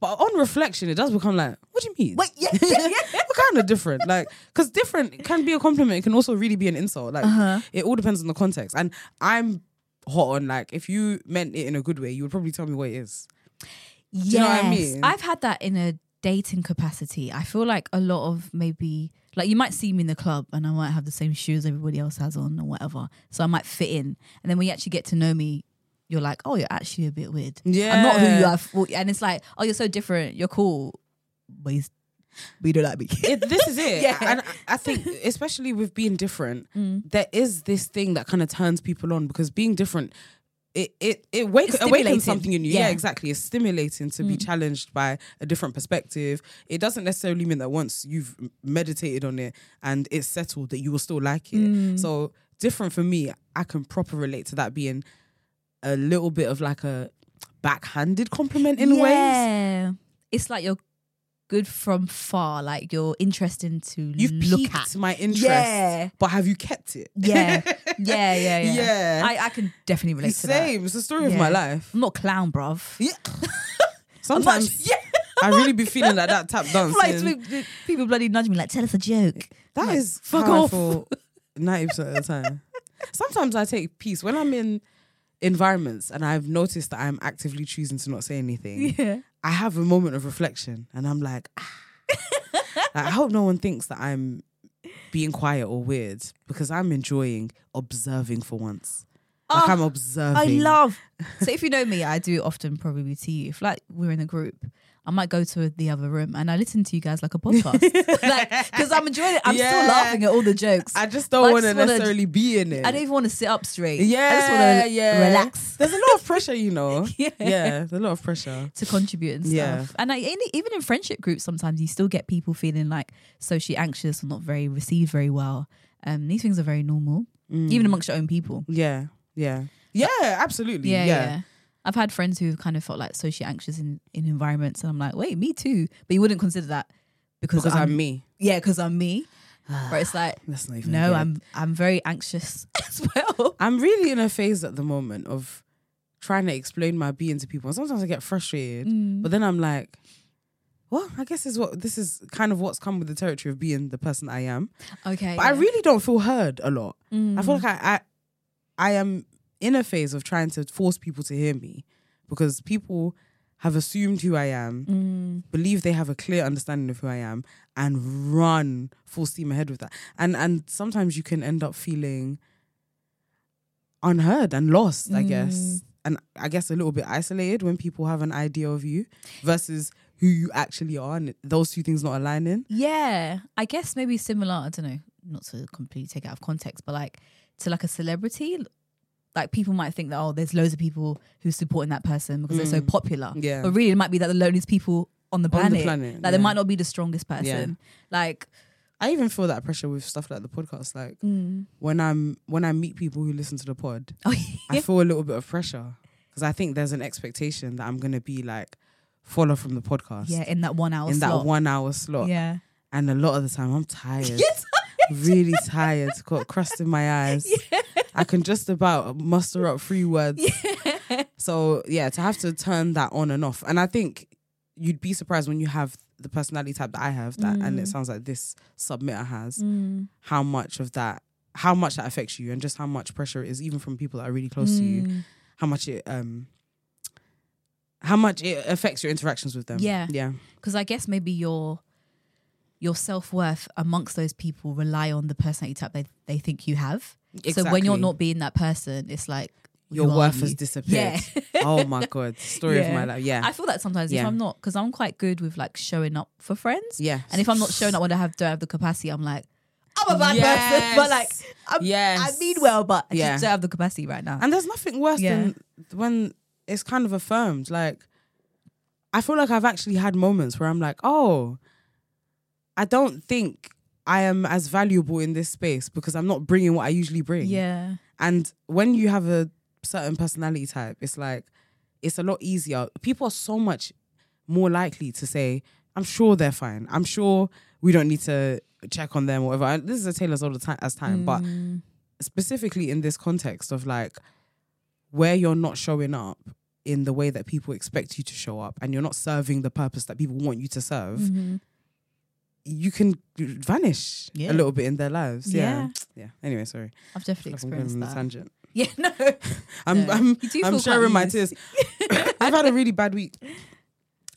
Speaker 2: But on reflection, it does become like, "What do you mean? What, [LAUGHS]
Speaker 1: yeah, yeah,
Speaker 2: kind of different? Like, because different can be a compliment. It can also really be an insult. Like,
Speaker 1: Uh-huh.
Speaker 2: it all depends on the context. And I'm hot on like, if you meant it in a good way, you would probably tell me what it is.
Speaker 1: yes
Speaker 2: you know what I mean?
Speaker 1: i've had that in a dating capacity i feel like a lot of maybe Like you might see me in the club and I might have the same shoes everybody else has on or whatever. So I might fit in. And then when you actually get to know me, you're like, oh, you're actually a bit weird. I'm not who you
Speaker 2: Yeah.
Speaker 1: are. for- And it's like, oh, you're so different. You're cool. But, he's, but you don't like me. [LAUGHS]
Speaker 2: [LAUGHS] It, this is it.
Speaker 1: Yeah. Mm.
Speaker 2: And I- I think, especially with being different, there is this thing that kind of turns people on because being different, it it it wakes
Speaker 1: It's stimulating.
Speaker 2: awakens something in you. Yeah.
Speaker 1: Yeah. Mm.
Speaker 2: exactly. It's stimulating to be challenged by a different perspective. It doesn't necessarily mean that once you've m- meditated on it and it's settled that you will still like it.
Speaker 1: Mm.
Speaker 2: So different for me, I can proper relate to that being a little bit of like a backhanded compliment in ways.
Speaker 1: yeah. It's like you're good from far. Like you're interesting to
Speaker 2: You've
Speaker 1: look
Speaker 2: piqued
Speaker 1: at.
Speaker 2: my interest,
Speaker 1: Yeah.
Speaker 2: but have you kept it? [LAUGHS]
Speaker 1: Yeah. yeah, yeah, yeah.
Speaker 2: Yeah.
Speaker 1: I, I can definitely relate to that.
Speaker 2: Same. It's the story of my
Speaker 1: Yeah.
Speaker 2: life.
Speaker 1: I'm not a clown, bruv.
Speaker 2: Yeah.
Speaker 1: I'm not- [LAUGHS]
Speaker 2: Sometimes
Speaker 1: yeah.
Speaker 2: I really be feeling like that
Speaker 1: [LAUGHS]
Speaker 2: tap dance.
Speaker 1: Like, people- people bloody nudge me like, tell us a joke.
Speaker 2: That
Speaker 1: Like,
Speaker 2: is
Speaker 1: fuck
Speaker 2: how I
Speaker 1: off.
Speaker 2: feel ninety percent of the time. Sometimes I take peace when I'm in environments and I've noticed that I'm actively choosing to not say anything.
Speaker 1: Yeah.
Speaker 2: I have a moment of reflection and I'm like, ah.
Speaker 1: [LAUGHS]
Speaker 2: Like, I hope no one thinks that I'm being quiet or weird because I'm enjoying observing for once. Like
Speaker 1: Oh,
Speaker 2: I'm observing.
Speaker 1: I love. So if you know me, I do often probably to you. If like we're in a group, I might go to the other room and I listen to you guys like a
Speaker 2: [LAUGHS]
Speaker 1: podcast, like because I'm enjoying it. I'm
Speaker 2: Yeah.
Speaker 1: still laughing at all the jokes.
Speaker 2: I
Speaker 1: I,
Speaker 2: just
Speaker 1: But
Speaker 2: don't
Speaker 1: I
Speaker 2: want to
Speaker 1: just wanna-
Speaker 2: necessarily be in it.
Speaker 1: don't even want to sit up straight.
Speaker 2: Yeah,
Speaker 1: I just want to
Speaker 2: yeah.
Speaker 1: relax
Speaker 2: There's a lot of pressure, you know.
Speaker 1: [LAUGHS] Yeah.
Speaker 2: there's a lot of pressure.
Speaker 1: to contribute and stuff.
Speaker 2: Yeah.
Speaker 1: And I, in, even in friendship groups, sometimes you still get people feeling like socially anxious or not very received very well. Um, these things are very normal, even amongst your own people.
Speaker 2: Mm. Yeah, yeah, yeah. Absolutely.
Speaker 1: Yeah, yeah. I've had friends who've kind of felt like socially anxious in, in environments, and I'm like, wait, me too. But you wouldn't consider that because,
Speaker 2: Because I'm me.
Speaker 1: Yeah, because I'm
Speaker 2: [SIGHS]
Speaker 1: me. But it's like,
Speaker 2: That's not even.
Speaker 1: no,
Speaker 2: good.
Speaker 1: I'm I'm very anxious [LAUGHS] as well.
Speaker 2: I'm really in a phase at the moment of trying to explain my being to people, and sometimes I get frustrated.
Speaker 1: Mm.
Speaker 2: But then I'm like, well, I guess is what this is kind of what's come with the territory of being the person I am.
Speaker 1: Okay, Mm,
Speaker 2: But I really don't feel heard a lot. I feel like I, I I am in a phase of trying to force people to hear me because people have assumed who I am,
Speaker 1: Mm.
Speaker 2: believe they have a clear understanding of who I am, and run full steam ahead with that. And and sometimes you can end up feeling unheard and lost, I
Speaker 1: Mm.
Speaker 2: guess. And I guess a little bit isolated when people have an idea of you versus who you actually are and those two things not aligning.
Speaker 1: yeah. I guess maybe similar. I don't know, not to completely take it out of context, but like to like a celebrity. Like people might think that oh, there's loads of people who's supporting that person because they're so popular.
Speaker 2: Mm. Yeah.
Speaker 1: but really it might be that the loneliest people on the
Speaker 2: On the
Speaker 1: planet.
Speaker 2: planet,
Speaker 1: like they
Speaker 2: yeah.
Speaker 1: might not be the strongest person. Like
Speaker 2: I even feel that pressure with stuff like the podcast. Like
Speaker 1: mm,
Speaker 2: when I'm when I meet people who listen to the pod,
Speaker 1: Oh,
Speaker 2: I feel a little bit of pressure because I think there's an expectation that I'm gonna be like follow from the podcast.
Speaker 1: yeah, in that one hour.
Speaker 2: in
Speaker 1: slot.
Speaker 2: that one hour slot.
Speaker 1: Yeah. [LAUGHS]
Speaker 2: And a lot of the time I'm tired. really tired. Got crust in my
Speaker 1: [LAUGHS]
Speaker 2: eyes. I can just about muster up three words. So yeah, to have to turn that on and off. And I think you'd be surprised when you have the personality type that I have that
Speaker 1: Mm.
Speaker 2: and it sounds like this submitter has, how much of that how much that affects you and just how much pressure it is even from people that are really close to
Speaker 1: Mm.
Speaker 2: you, how much it um how much it affects your interactions with them.
Speaker 1: Yeah.
Speaker 2: Yeah.
Speaker 1: Because I guess maybe your your self worth amongst those people rely on the personality type they, they think you have. So when you're
Speaker 2: Exactly.
Speaker 1: not being that person, it's like
Speaker 2: your
Speaker 1: who are
Speaker 2: worth has
Speaker 1: you?
Speaker 2: disappeared.
Speaker 1: Yeah.
Speaker 2: oh my god, story of
Speaker 1: Yeah.
Speaker 2: my life. Yeah,
Speaker 1: I feel that sometimes if
Speaker 2: Yeah.
Speaker 1: I'm not because I'm quite good with like showing up for friends.
Speaker 2: Yes.
Speaker 1: And if I'm not showing up when I have don't have the capacity, I'm like, I'm a bad person. [LAUGHS]
Speaker 2: Yes.
Speaker 1: But like I'm,
Speaker 2: Yes.
Speaker 1: I mean well, but I
Speaker 2: Yeah.
Speaker 1: just don't have the capacity right now.
Speaker 2: and there's nothing worse
Speaker 1: Yeah.
Speaker 2: than when it's kind of affirmed. Like, I feel like I've actually had moments where I'm like, oh, I don't think I am as valuable in this space because I'm not bringing what I usually bring.
Speaker 1: yeah.
Speaker 2: And when you have a certain personality type, it's like it's a lot easier. People are so much more likely to say, "I'm sure they're fine. I'm sure we don't need to check on them or whatever." And this is a tailor's all the time as time, but
Speaker 1: Mm.
Speaker 2: specifically in this context of like where you're not showing up in the way that people expect you to show up, and you're not serving the purpose that people want you to serve.
Speaker 1: Mm.
Speaker 2: You can vanish
Speaker 1: Yeah.
Speaker 2: a little bit in their lives. Yeah.
Speaker 1: Yeah.
Speaker 2: Yeah. Anyway, sorry.
Speaker 1: I've definitely
Speaker 2: I'm going
Speaker 1: experienced
Speaker 2: on a
Speaker 1: that.
Speaker 2: tangent.
Speaker 1: [LAUGHS] Yeah, no.
Speaker 2: I'm
Speaker 1: No,
Speaker 2: I'm,
Speaker 1: you do
Speaker 2: I'm
Speaker 1: feel quite [LAUGHS]
Speaker 2: sharing my
Speaker 1: loose. Mm.
Speaker 2: tears. I've had a really bad week.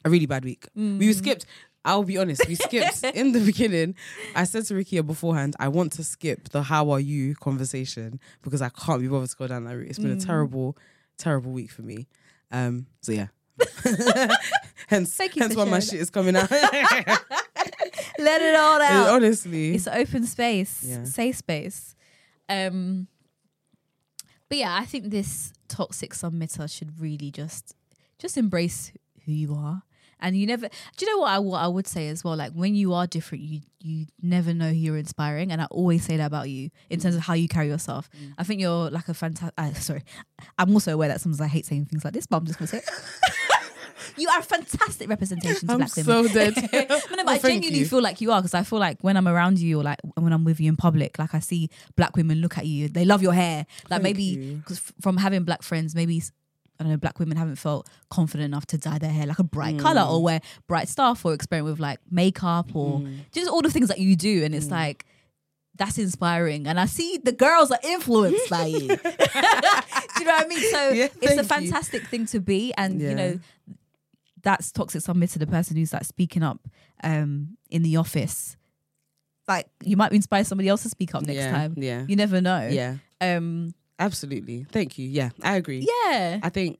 Speaker 2: A really bad week. We were skipped I'll be honest, we
Speaker 1: [LAUGHS]
Speaker 2: skipped in the beginning. I said to Rikia beforehand, I want to skip the how are you conversation because I can't be bothered to go down that route. It's
Speaker 1: Mm.
Speaker 2: been a terrible, terrible week for me. Um,
Speaker 1: [LAUGHS]
Speaker 2: so yeah. hence
Speaker 1: Thank you
Speaker 2: hence
Speaker 1: for
Speaker 2: why my
Speaker 1: sharing
Speaker 2: shit is coming
Speaker 1: [LAUGHS]
Speaker 2: out. [LAUGHS]
Speaker 1: Let it all out.
Speaker 2: Honestly.
Speaker 1: it's an open space,
Speaker 2: Yeah.
Speaker 1: safe space. Um, but yeah, I think this toxic submitter should really just just embrace who you are, and you never. Do you know what I what I would say as well? Like when you are different, you you never know who you're inspiring, and I always say that about you in terms of how you carry yourself.
Speaker 2: Mm.
Speaker 1: I think you're like a fantastic. Uh, sorry, I'm also aware that sometimes I hate saying things like this, but I'm just gonna say.
Speaker 2: [LAUGHS]
Speaker 1: it. You are a fantastic representation to
Speaker 2: I'm
Speaker 1: black women
Speaker 2: so dead.
Speaker 1: [LAUGHS] no, no, but
Speaker 2: Well,
Speaker 1: I
Speaker 2: thank
Speaker 1: genuinely
Speaker 2: you.
Speaker 1: feel like you are because I feel like when I'm around you or like when I'm with you in public, like I see black women look at you, they love your hair. Like
Speaker 2: Thank
Speaker 1: maybe
Speaker 2: you.
Speaker 1: because from having black friends, maybe s- I don't know, black women haven't felt confident enough to dye their hair like a bright
Speaker 2: Mm.
Speaker 1: color or wear bright stuff or experiment with like makeup or
Speaker 2: Mm.
Speaker 1: just all the things that you do, and it's like. That's inspiring, and I see the girls are influenced by you. [LAUGHS] do you know what I mean? So
Speaker 2: Yeah,
Speaker 1: it's a
Speaker 2: thank you.
Speaker 1: fantastic thing to be, and
Speaker 2: Yeah.
Speaker 1: you know that's toxic submit to the person who's like speaking up um in the office like you might inspire somebody else to speak up next
Speaker 2: Yeah,
Speaker 1: time
Speaker 2: yeah.
Speaker 1: you never know
Speaker 2: yeah.
Speaker 1: um
Speaker 2: Absolutely. Thank you. Yeah, I agree.
Speaker 1: yeah
Speaker 2: I think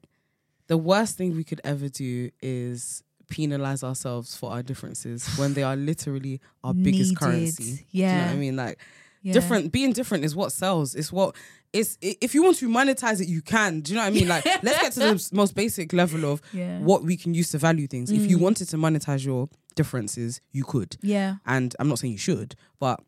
Speaker 2: the worst thing we could ever do is penalize ourselves for our differences when they are literally our biggest
Speaker 1: Needed.
Speaker 2: currency. Do you know
Speaker 1: Yeah.
Speaker 2: what I mean? Like
Speaker 1: Yeah.
Speaker 2: different being different is what sells. It's what it's i- if you want to monetize it, you can. Do you know what I mean? Like let's get to the
Speaker 1: [LAUGHS]
Speaker 2: s- most basic level of
Speaker 1: Yeah. Mm.
Speaker 2: what we can use to value things. If you wanted to monetize your differences, you could.
Speaker 1: yeah
Speaker 2: And I'm not saying you should, but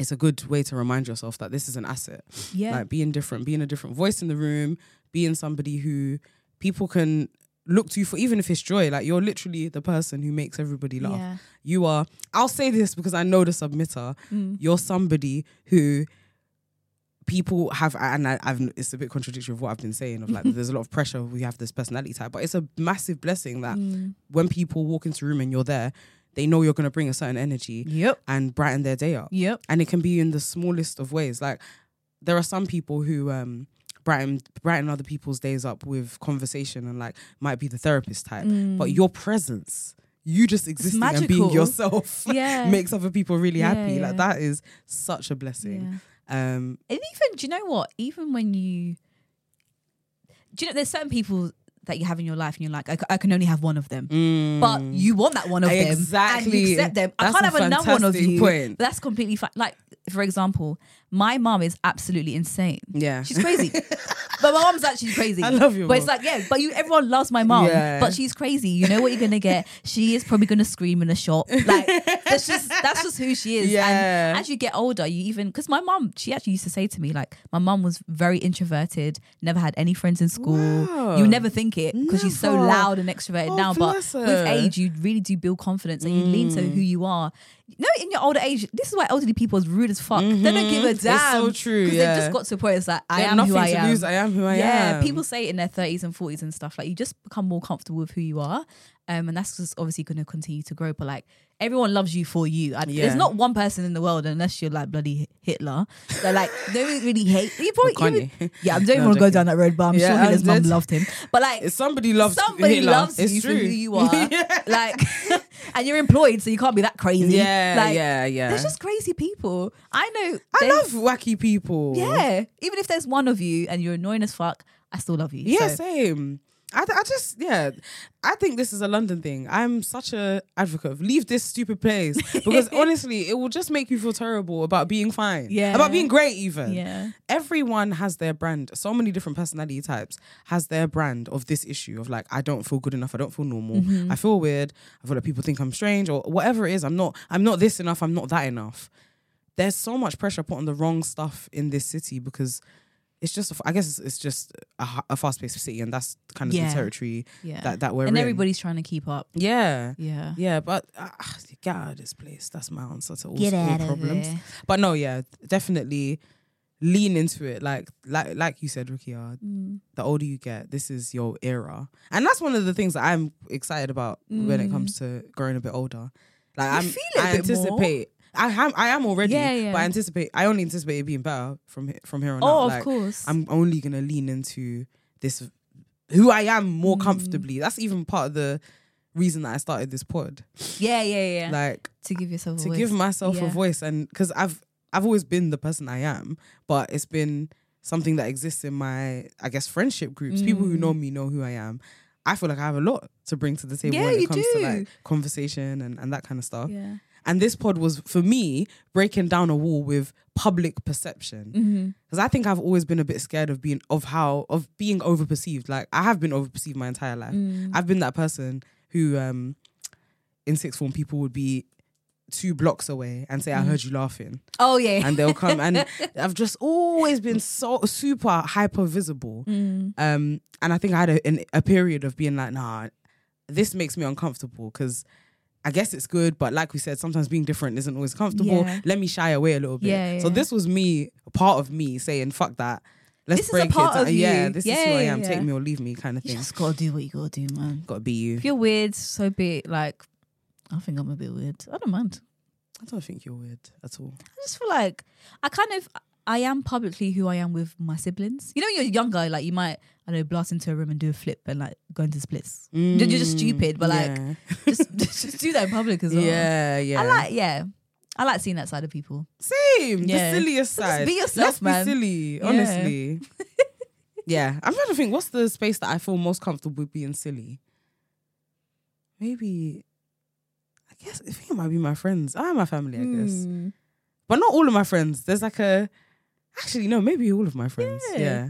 Speaker 2: it's a good way to remind yourself that this is an asset.
Speaker 1: Yeah.
Speaker 2: Like being different, being a different voice in the room, being somebody who people can look to you for, even if it's joy. Like you're literally the person who makes everybody laugh.
Speaker 1: Yeah.
Speaker 2: You are, I'll say this because I know the submitter,
Speaker 1: Mm.
Speaker 2: you're somebody who people have and I, I've it's a bit contradictory of what I've been saying
Speaker 1: [LAUGHS]
Speaker 2: of like there's a lot of pressure we have this personality type but it's a massive blessing that
Speaker 1: Mm.
Speaker 2: when people walk into a room and you're there they know you're going to bring a certain energy
Speaker 1: Yep.
Speaker 2: and brighten their day up
Speaker 1: yep
Speaker 2: and it can be in the smallest of ways like there are some people who um brighten brighten other people's days up with conversation and like might be the therapist type but your presence you just existing and being
Speaker 1: Mm. magical.
Speaker 2: yourself [LAUGHS]
Speaker 1: Yeah.
Speaker 2: makes other people really
Speaker 1: Yeah,
Speaker 2: happy like
Speaker 1: yeah.
Speaker 2: that is such a blessing
Speaker 1: And
Speaker 2: um
Speaker 1: even, do you know what? Even when you, do you know, there's certain people that you have in your life, and you're like, I, c- I can only have one of them. But
Speaker 2: mm,
Speaker 1: you want that one of them, And
Speaker 2: Exactly.
Speaker 1: you accept them.
Speaker 2: That's
Speaker 1: I
Speaker 2: a
Speaker 1: can't have another one of
Speaker 2: fantastic
Speaker 1: you.
Speaker 2: point.
Speaker 1: That's completely fine. Like, for example, my mom is absolutely insane.
Speaker 2: Yeah.
Speaker 1: she's
Speaker 2: [LAUGHS]
Speaker 1: crazy. but my mom's actually crazy.
Speaker 2: I love your
Speaker 1: But it's
Speaker 2: mom.
Speaker 1: like, yeah, but you, everyone loves my mom.
Speaker 2: Yeah.
Speaker 1: But she's crazy. You know what you're gonna get. She is probably gonna scream in a shop. Like that's just that's just who she is.
Speaker 2: Yeah.
Speaker 1: And as you get older, you even because my mom, she actually used to say to me like, my mom was very introverted, never had any friends in school.
Speaker 2: Wow.
Speaker 1: You never think it because she's so
Speaker 2: Never.
Speaker 1: loud and extroverted
Speaker 2: Oh,
Speaker 1: now. But
Speaker 2: bless
Speaker 1: with
Speaker 2: her.
Speaker 1: age, you really do build confidence and you lean to who
Speaker 2: Mm.
Speaker 1: you are. No, in your older age, this is why elderly people is rude as fuck. They don't give a
Speaker 2: Mm-hmm. It's so
Speaker 1: damn.
Speaker 2: true,
Speaker 1: Because
Speaker 2: yeah.
Speaker 1: they've just got to a point. It's like I
Speaker 2: They have
Speaker 1: am who
Speaker 2: nothing
Speaker 1: I
Speaker 2: to
Speaker 1: am.
Speaker 2: lose, I am who I
Speaker 1: Yeah,
Speaker 2: am.
Speaker 1: people say it in their thirties and forties and stuff. Like you just become more comfortable with who you are, um, and that's just obviously going to continue to grow. But like everyone loves you for you. And
Speaker 2: Yeah.
Speaker 1: There's not one person in the world unless you're like bloody Hitler. They're like they don't really hate. You probably
Speaker 2: Kanye.
Speaker 1: even-
Speaker 2: [LAUGHS]
Speaker 1: yeah. I don't even
Speaker 2: No,
Speaker 1: want to go
Speaker 2: joking.
Speaker 1: down that road, but I'm
Speaker 2: Yeah,
Speaker 1: sure
Speaker 2: I'm
Speaker 1: Hitler's mum
Speaker 2: dead.
Speaker 1: loved him. But like.
Speaker 2: somebody loves
Speaker 1: Somebody
Speaker 2: Hitler.
Speaker 1: loves
Speaker 2: it's
Speaker 1: you
Speaker 2: true.
Speaker 1: for who you
Speaker 2: [LAUGHS]
Speaker 1: are, like, [LAUGHS] and you're employed, so you can't be that crazy.
Speaker 2: Yeah,
Speaker 1: like,
Speaker 2: yeah, yeah.
Speaker 1: There's just crazy people. I know.
Speaker 2: I
Speaker 1: there's-
Speaker 2: love wacky people.
Speaker 1: yeah. Even if there's one of you and you're annoying as fuck, I still love you.
Speaker 2: Yeah,
Speaker 1: So,
Speaker 2: same. I, th- I just yeah, I think this is a London thing. I'm such a advocate of leave this
Speaker 1: [LAUGHS]
Speaker 2: stupid place because honestly, it will just make you feel terrible about being fine.
Speaker 1: Yeah.
Speaker 2: about being great even.
Speaker 1: Yeah.
Speaker 2: everyone has their brand. So many different personality types has their brand of this issue of like I don't feel good enough. I don't feel normal.
Speaker 1: Mm-hmm.
Speaker 2: I feel weird. I feel like people think I'm strange or whatever it is. I'm not. I'm not this enough. I'm not that enough. There's so much pressure put on the wrong stuff in this city because it's just, a f- I guess it's- it's just a, h- a fast paced city, and that's kind of
Speaker 1: Yeah.
Speaker 2: the territory
Speaker 1: yeah.
Speaker 2: that, that we're
Speaker 1: and
Speaker 2: in.
Speaker 1: everybody's trying to keep up.
Speaker 2: yeah.
Speaker 1: Yeah.
Speaker 2: Yeah, but uh, ah, get out of this place. That's my answer to all,
Speaker 1: Get
Speaker 2: all
Speaker 1: out of
Speaker 2: problems.
Speaker 1: there.
Speaker 2: But no, yeah, definitely lean into it. Like, like, like you said, Rukia,
Speaker 1: Mm.
Speaker 2: the older you get, this is your era, and that's one of the things that I'm excited about when it comes to growing a bit older. Like, I'm,
Speaker 1: Mm. feel it a
Speaker 2: I
Speaker 1: bit more.
Speaker 2: anticipate. I am, I am already,
Speaker 1: Yeah, yeah.
Speaker 2: but I anticipate. I only anticipate it being better from he- from here on out.
Speaker 1: Oh, of
Speaker 2: Like,
Speaker 1: course.
Speaker 2: I'm only gonna
Speaker 1: Mm.
Speaker 2: lean into this, who I am more comfortably. That's even part of the reason that I started this pod.
Speaker 1: Yeah, yeah, yeah.
Speaker 2: Like
Speaker 1: to give yourself a
Speaker 2: to
Speaker 1: voice.
Speaker 2: give myself
Speaker 1: Yeah.
Speaker 2: a voice and because I've I've always been the person I am, but it's been something that exists in my I guess friendship groups. People
Speaker 1: Mm.
Speaker 2: who know me know who I am. I feel like I have a lot to bring to the table
Speaker 1: Yeah,
Speaker 2: when
Speaker 1: you
Speaker 2: it comes
Speaker 1: do.
Speaker 2: to like conversation and, and that kind of stuff.
Speaker 1: Yeah.
Speaker 2: And this pod was for me breaking down a wall with public perception
Speaker 1: Mm-hmm.
Speaker 2: because I think I've always been a bit scared of being of how of being overperceived. Like I have been overperceived my entire life. I've been that person who um in sixth form people would be two blocks away and say I heard you laughing
Speaker 1: Oh yeah.
Speaker 2: and they'll come and I've just always been so super hyper visible.
Speaker 1: Mm.
Speaker 2: Um and I think I had a, an, a period of being like nah this makes me uncomfortable because I guess it's good, but like we said, sometimes being different isn't always comfortable.
Speaker 1: Yeah.
Speaker 2: Let me shy away a little bit.
Speaker 1: Yeah,
Speaker 2: So
Speaker 1: yeah.
Speaker 2: this was me, a part of me saying, "Fuck that." Let's
Speaker 1: This is a
Speaker 2: break
Speaker 1: part
Speaker 2: it. down."
Speaker 1: of
Speaker 2: Yeah,
Speaker 1: you.
Speaker 2: this
Speaker 1: Yeah,
Speaker 2: is who I
Speaker 1: yeah,
Speaker 2: am.
Speaker 1: yeah.
Speaker 2: Take me or leave me, kind
Speaker 1: [LAUGHS]
Speaker 2: of
Speaker 1: you
Speaker 2: thing.
Speaker 1: just gotta do what you gotta do, man.
Speaker 2: Got to be you.
Speaker 1: If you're weird, so be it. Like, I think I'm a bit weird. I don't mind.
Speaker 2: I don't think you're weird at all.
Speaker 1: I just feel like I kind of I am publicly who I am with my siblings. You know, when you're younger, like you might I don't know blast into a room and do a flip and like go into splits. You're you're just stupid, but like
Speaker 2: Mm, yeah.
Speaker 1: [LAUGHS] just just do that in public as well.
Speaker 2: yeah, yeah.
Speaker 1: I like yeah. I like seeing that side of people.
Speaker 2: Same.
Speaker 1: Yeah.
Speaker 2: The silliest
Speaker 1: So just
Speaker 2: side.
Speaker 1: be yourself,
Speaker 2: Let's
Speaker 1: man.
Speaker 2: be
Speaker 1: [LAUGHS]
Speaker 2: silly, honestly. yeah. I'm trying to think what's the space that I feel most comfortable with being silly? Maybe, I guess, I think it might be my friends. I my family, I
Speaker 1: Hmm.
Speaker 2: guess. But not all of my friends. There's like a, actually, no, maybe all of my friends.
Speaker 1: Yeah.
Speaker 2: Yeah.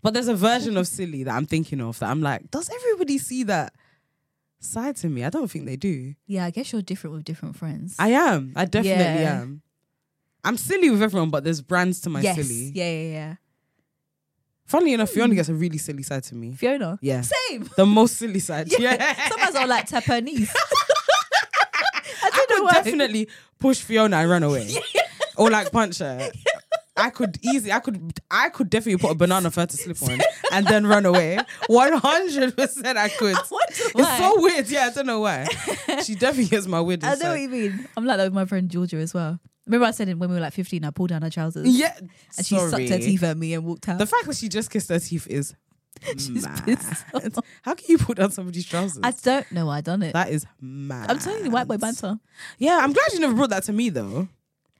Speaker 2: But there's a version of silly that I'm thinking of that I'm like, does everybody see that side to me? I don't think they do.
Speaker 1: Yeah, I guess you're different with different friends.
Speaker 2: I am. I definitely
Speaker 1: Yeah.
Speaker 2: am. I'm silly with everyone, but there's brands to my
Speaker 1: yes.
Speaker 2: silly.
Speaker 1: Yeah, yeah, yeah.
Speaker 2: Funnily enough, Fiona gets a really silly side to me.
Speaker 1: Fiona.
Speaker 2: Yeah.
Speaker 1: Same.
Speaker 2: The most silly side. [LAUGHS]
Speaker 1: [LAUGHS]
Speaker 2: Yeah.
Speaker 1: Sometimes I'll like tap her
Speaker 2: [LAUGHS]
Speaker 1: knees. I
Speaker 2: I
Speaker 1: don't know
Speaker 2: could
Speaker 1: why.
Speaker 2: definitely push Fiona and run
Speaker 1: [LAUGHS]
Speaker 2: away. Or like punch her. I could easily, I could, I could definitely put a banana for her to
Speaker 1: [LAUGHS]
Speaker 2: slip on and then run away. One hundred percent, I could.
Speaker 1: wonder [LAUGHS] why.
Speaker 2: It's so weird. Yeah, I don't
Speaker 1: [LAUGHS]
Speaker 2: know why. She definitely is my
Speaker 1: I
Speaker 2: weirdest.
Speaker 1: know what
Speaker 2: side.
Speaker 1: you mean. I'm like that with my friend Georgia as well. Remember I said it when we were like 15, I pulled down her trousers
Speaker 2: Yeah,
Speaker 1: and she sucked her
Speaker 2: sorry.
Speaker 1: teeth at me and walked out.
Speaker 2: The fact that she just kissed her teeth is
Speaker 1: [LAUGHS]
Speaker 2: mad.
Speaker 1: pissed off.
Speaker 2: How can you pull down somebody's trousers?
Speaker 1: I don't know why I done it.
Speaker 2: that is mad.
Speaker 1: I'm telling you, white boy banter.
Speaker 2: Yeah, I'm glad you never brought that to me though.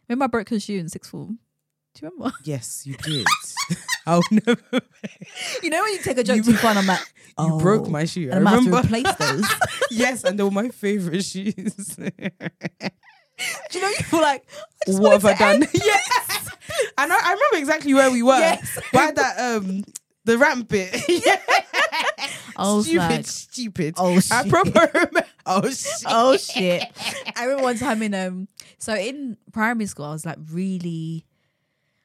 Speaker 1: Remember I broke her shoe in sixth form. Do you remember? [LAUGHS]
Speaker 2: Yes, you did. [LAUGHS] I'll never.
Speaker 1: You know when you take a joke too far and I'm [LAUGHS] like,
Speaker 2: You
Speaker 1: oh.
Speaker 2: broke my shoe. I
Speaker 1: And I'm gonna
Speaker 2: remember.
Speaker 1: have to replace [LAUGHS] those.
Speaker 2: yes, and they were my favorite shoes.
Speaker 1: Do you know you feel like, I just
Speaker 2: what have I
Speaker 1: wanted to end.
Speaker 2: done? [LAUGHS] yes. And I, I remember exactly where we were
Speaker 1: Yes.
Speaker 2: by that um the ramp bit. [LAUGHS] yeah.
Speaker 1: I was
Speaker 2: Stupid,
Speaker 1: like,
Speaker 2: stupid.
Speaker 1: oh,
Speaker 2: I
Speaker 1: shit.
Speaker 2: proper remember. [LAUGHS] Oh shit.
Speaker 1: [LAUGHS] oh shit. I remember one time in um so in primary school I was like really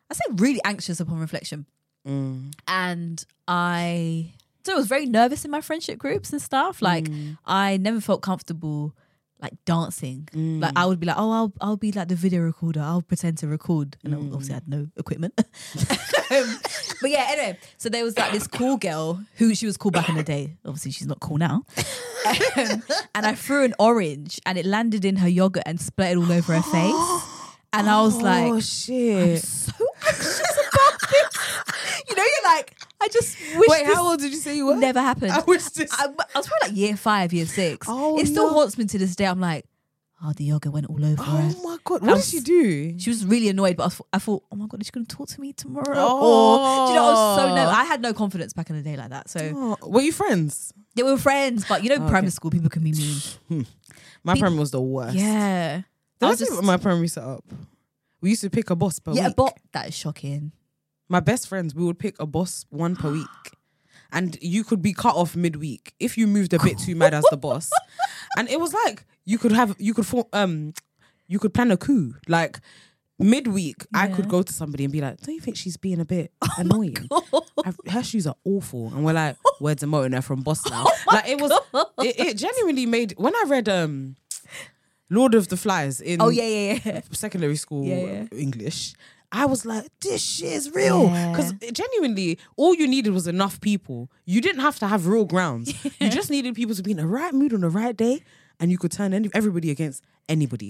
Speaker 1: I say really anxious upon reflection. Mm. And I so I was very nervous in my friendship groups and stuff. Like I never felt comfortable like dancing. Like I would be like, oh I'll I'll be like the video recorder. I'll pretend to record. And obviously I had no equipment. [LAUGHS] Um, but yeah, anyway, so there was like this cool girl who she was cool back in the day. Obviously, she's not cool now. Um, and I threw an orange and it landed in her yogurt and splattered all over her face. And I was
Speaker 2: [GASPS] oh
Speaker 1: like,
Speaker 2: shit.
Speaker 1: so anxious about this. You know, you're like, I just wish
Speaker 2: Wait,
Speaker 1: this
Speaker 2: how old did you say you were?
Speaker 1: never happened.
Speaker 2: [LAUGHS] I wish this.
Speaker 1: I, I was probably like year five, year six.
Speaker 2: Oh,
Speaker 1: it still
Speaker 2: no.
Speaker 1: haunts me to this day. I'm like, oh, the yogurt went all over her.
Speaker 2: oh my god, what did she do?
Speaker 1: She was really annoyed, but I, thought- I thought, oh my god, is she going to talk to me tomorrow? Or
Speaker 2: Oh.
Speaker 1: do you know, I was so no, I had no confidence back in the day like that. So
Speaker 2: Oh, were you friends?
Speaker 1: they were friends, but you
Speaker 2: Oh,
Speaker 1: know, primary school people can be mean.
Speaker 2: My primary was the worst.
Speaker 1: yeah,
Speaker 2: Did
Speaker 1: I
Speaker 2: I,
Speaker 1: was
Speaker 2: tell you
Speaker 1: just-
Speaker 2: about my primary setup? We used to pick a boss per
Speaker 1: yeah,
Speaker 2: week.
Speaker 1: but that is shocking.
Speaker 2: my best friends, we would pick a boss one
Speaker 1: [GASPS]
Speaker 2: per week. And you could be cut off midweek if you moved a bit too mad as
Speaker 1: [LAUGHS]
Speaker 2: the boss. And it was like you could have you could form um you could plan a coup. Like midweek, I could go to somebody and be like, Don't you think she's being
Speaker 1: [LAUGHS]
Speaker 2: a bit
Speaker 1: Oh
Speaker 2: annoying? I, her shoes are awful. And
Speaker 1: [LAUGHS]
Speaker 2: we're like, We're demoting her from
Speaker 1: Oh
Speaker 2: boss now. like it was it, it genuinely made when I read um Lord of the Flies in
Speaker 1: Oh yeah, yeah, yeah.
Speaker 2: secondary school
Speaker 1: Yeah,
Speaker 2: English, I was like, this shit is real.
Speaker 1: Yeah.
Speaker 2: Because genuinely, all you needed was enough people. You didn't have to have
Speaker 1: [LAUGHS]
Speaker 2: real grounds. You just needed people to be in the right mood on the right day, and you could turn any, everybody against anybody.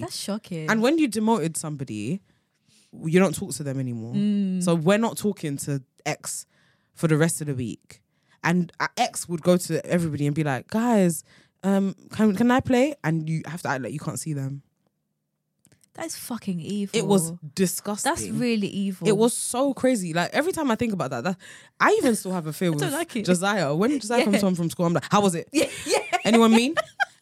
Speaker 1: [LAUGHS] That's shocking.
Speaker 2: and when you demoted somebody, you don't talk to them anymore.
Speaker 1: Mm.
Speaker 2: So we're not talking to X for the rest of the week. And uh, X would go to everybody and be like, guys, um, can can I play? And you have to act like you can't see them.
Speaker 1: That is fucking evil.
Speaker 2: It was disgusting.
Speaker 1: Oh. That's really evil.
Speaker 2: It was so crazy. Like every time I think about that, that I even still have a fear with
Speaker 1: don't like it.
Speaker 2: Josiah. When Josiah
Speaker 1: Yeah.
Speaker 2: comes home from school, I'm like, how was it?
Speaker 1: Yeah, [LAUGHS] yeah.
Speaker 2: Anyone mean?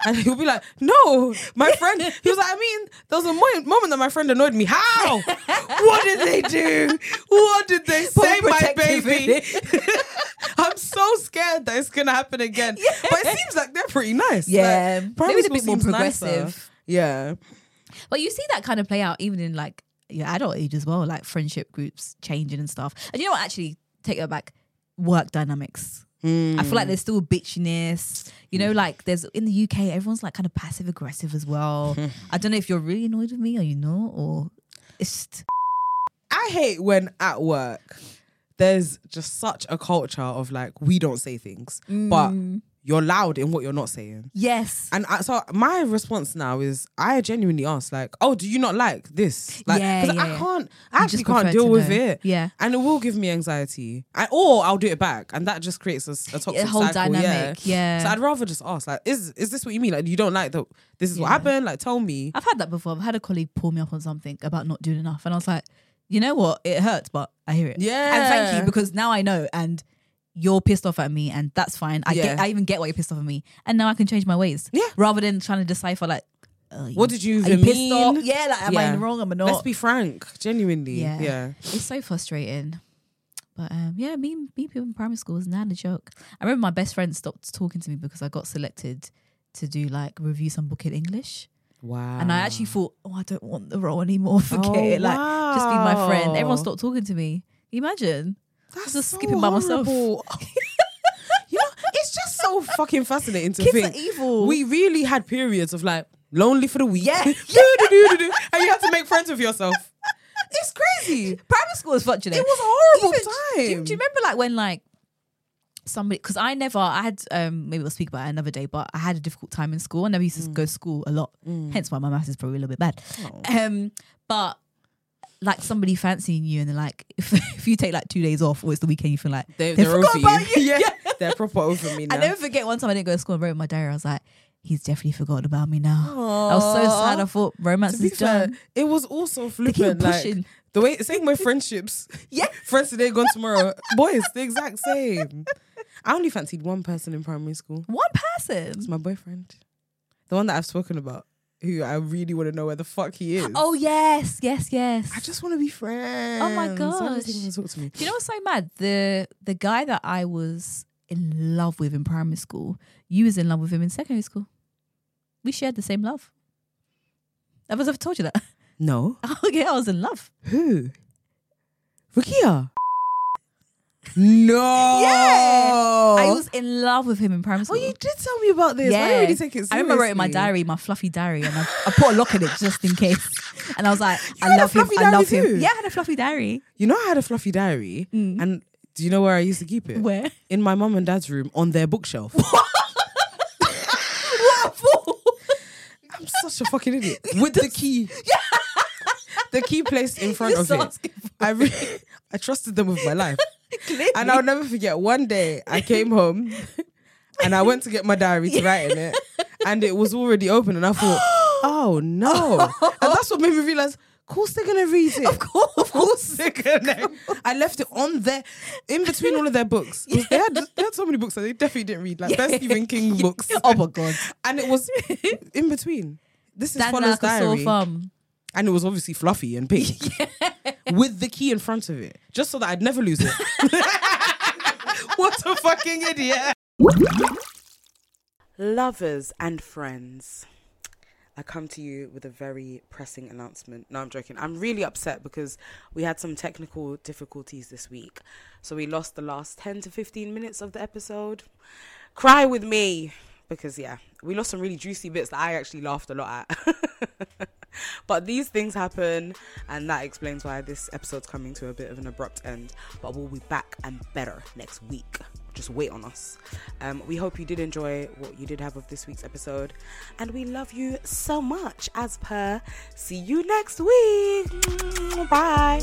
Speaker 2: And he'll be like, no, my friend. He was like, I mean, there was a mo- moment that my friend annoyed me. How? What did they do? What did they say, my
Speaker 1: protective
Speaker 2: baby?
Speaker 1: in
Speaker 2: [LAUGHS] I'm so scared that it's going to happen again. But it seems like they're pretty nice. Like,
Speaker 1: Yeah.
Speaker 2: primary
Speaker 1: Maybe they're a
Speaker 2: school
Speaker 1: bit more
Speaker 2: seems nicer.
Speaker 1: progressive.
Speaker 2: Yeah.
Speaker 1: But you see that kind of play out even in like your adult age as well, like friendship groups changing and stuff. And you know what? Actually, take that back. Work dynamics. I
Speaker 2: Mm.
Speaker 1: feel like there's still bitchiness. You know, like there's in the UK, everyone's like kind of passive aggressive as
Speaker 2: [LAUGHS]
Speaker 1: well. I don't know if you're really annoyed with me or you know, or it's just,
Speaker 2: I hate when at work there's just such a culture of like we don't say things,
Speaker 1: Mm.
Speaker 2: but you're loud in what you're not saying.
Speaker 1: yes.
Speaker 2: And I, so my response now is I genuinely ask like, oh, do you not like this? Like,
Speaker 1: Yeah,
Speaker 2: because
Speaker 1: yeah,
Speaker 2: I
Speaker 1: yeah.
Speaker 2: can't, I
Speaker 1: You
Speaker 2: actually
Speaker 1: just
Speaker 2: can't
Speaker 1: prefer to
Speaker 2: deal with
Speaker 1: know.
Speaker 2: it.
Speaker 1: Yeah.
Speaker 2: and it will give me anxiety, I, or I'll do it back, and that just creates a, s- a toxic
Speaker 1: whole
Speaker 2: cycle,
Speaker 1: dynamic, yeah.
Speaker 2: So I'd rather just ask like, is is this what you mean? Like, you don't like that? This is what
Speaker 1: Yeah.
Speaker 2: happened? Like, tell me.
Speaker 1: I've had that before. I've had a colleague pull me up on something about not doing enough, and I was like, you know what? It hurts, but I hear it. and thank
Speaker 2: Yeah.
Speaker 1: you because now I know, and you're pissed off at me, and that's fine. I get,
Speaker 2: Yeah.
Speaker 1: I even get why you're pissed off at me, and now I can change my ways.
Speaker 2: Yeah.
Speaker 1: rather than trying to decipher like, oh,
Speaker 2: What did you
Speaker 1: are
Speaker 2: even
Speaker 1: you pissed
Speaker 2: mean?
Speaker 1: off? Yeah, like am I
Speaker 2: Yeah.
Speaker 1: in the wrong? Am I not?
Speaker 2: Let's be frank, genuinely.
Speaker 1: Yeah.
Speaker 2: yeah.
Speaker 1: It's so frustrating. But um, yeah, me, me people in primary school is not a joke. I remember my best friend stopped talking to me because I got selected to do like review some book in English.
Speaker 2: Wow.
Speaker 1: And I actually thought, oh, I don't want the role anymore. [LAUGHS] Forget it. Like, just be my friend. Everyone
Speaker 2: Oh, wow.
Speaker 1: stopped talking to me. Can you Imagine.
Speaker 2: That's
Speaker 1: just skipping by myself. [LAUGHS]
Speaker 2: horrible. [LAUGHS] you know, it's just so fucking fascinating to
Speaker 1: Kids
Speaker 2: think.
Speaker 1: are evil.
Speaker 2: We really had periods of like lonely for the week. [LAUGHS]
Speaker 1: Yeah.
Speaker 2: Do-do-do-do-do. and you have to make friends with yourself. It's crazy.
Speaker 1: Primary school was fudging
Speaker 2: It was a horrible
Speaker 1: Do you,
Speaker 2: time.
Speaker 1: do you remember like when like somebody because I never I had um maybe we'll speak about it another day, but I had a difficult time in school. I never used to go to
Speaker 2: Mm.
Speaker 1: school a lot. Hence why my maths is probably a little bit bad.
Speaker 2: Oh.
Speaker 1: Um but like somebody fancying you and they're like [LAUGHS] if, if you take like two days off or it's the weekend you feel like
Speaker 2: They,
Speaker 1: they
Speaker 2: they're
Speaker 1: forgot
Speaker 2: over you.
Speaker 1: about you.
Speaker 2: [LAUGHS] Yeah. They're proper
Speaker 1: [LAUGHS]
Speaker 2: over me now.
Speaker 1: I never forget one time I didn't go to school and wrote in my diary, I was like, he's definitely forgotten about me now. I was so sad. I thought romance
Speaker 2: to be
Speaker 1: is
Speaker 2: fair,
Speaker 1: done.
Speaker 2: it was also
Speaker 1: keep
Speaker 2: flippant. Like
Speaker 1: pushing.
Speaker 2: the way same way friendships.
Speaker 1: [LAUGHS] Yeah.
Speaker 2: [LAUGHS] Friends today, gone tomorrow. Boys, the exact same. I only fancied one person in primary school.
Speaker 1: One person.
Speaker 2: It's my boyfriend. The one that I've spoken about, who I really want to know where the fuck he is.
Speaker 1: Oh yes, yes, yes.
Speaker 2: I just want to be friends. I just think
Speaker 1: gosh.
Speaker 2: to talk to me.
Speaker 1: Do you know what's so mad? The the guy that I was in love with in primary school, you was in love with him in secondary school. We shared the same love. I've ever told you that. [LAUGHS]
Speaker 2: No.
Speaker 1: okay, I was in love.
Speaker 2: Who? Rukia. no.
Speaker 1: I was in love with him in primary
Speaker 2: Oh,
Speaker 1: school.
Speaker 2: you did tell me about this. I didn't really take it seriously.
Speaker 1: I remember writing my diary, my fluffy diary, and I, I put a lock in it just in case. And I was like,
Speaker 2: had
Speaker 1: I
Speaker 2: a
Speaker 1: love him.
Speaker 2: fluffy
Speaker 1: I love
Speaker 2: diary
Speaker 1: him.
Speaker 2: too?
Speaker 1: Yeah, I had a fluffy
Speaker 2: [LAUGHS]
Speaker 1: diary.
Speaker 2: You know, I had a fluffy diary, and do you know where I used to keep it?
Speaker 1: Mm. Where?
Speaker 2: In my mum and dad's room on their
Speaker 1: [LAUGHS]
Speaker 2: bookshelf. [LAUGHS] I'm such a fucking [LAUGHS] idiot. With the key. the key placed in front
Speaker 1: Just
Speaker 2: of it.
Speaker 1: asking for
Speaker 2: I, re- I trusted them with my life. And I'll never forget one day I came home and I went to get my diary to write in it and it was already open and I [GASPS] thought, oh no. and that's what made me realize, of course they're going to read it. Of course. Of course
Speaker 1: [LAUGHS]
Speaker 2: they're going to. I left it on there in between all of
Speaker 1: [LAUGHS]
Speaker 2: their books. 'Cause They, had, they had so many books that they definitely didn't read, like their
Speaker 1: [LAUGHS]
Speaker 2: Stephen King books.
Speaker 1: Oh my god.
Speaker 2: And it was in between. This is
Speaker 1: Dan like
Speaker 2: Follows
Speaker 1: a sore
Speaker 2: Diary.
Speaker 1: thumb.
Speaker 2: And it was obviously fluffy and pink.
Speaker 1: [LAUGHS]
Speaker 2: With the key in front of it. Just so that I'd never lose
Speaker 1: [LAUGHS]
Speaker 2: it. [LAUGHS] what a fucking idiot. Lovers and friends. I come to you with a very pressing announcement. No, I'm joking. I'm really upset because we had some technical difficulties this week. So we lost the last 10 to 15 minutes of the episode. Cry with me because, yeah, we lost some really juicy bits that I actually laughed a lot at. [LAUGHS] but these things happen, and that explains why this episode's coming to a bit of an abrupt end. But we'll be back and better next week. Just wait on us. Um, we hope you did enjoy what you did have of this week's episode, and we love you so much. As per, see you next week. Bye.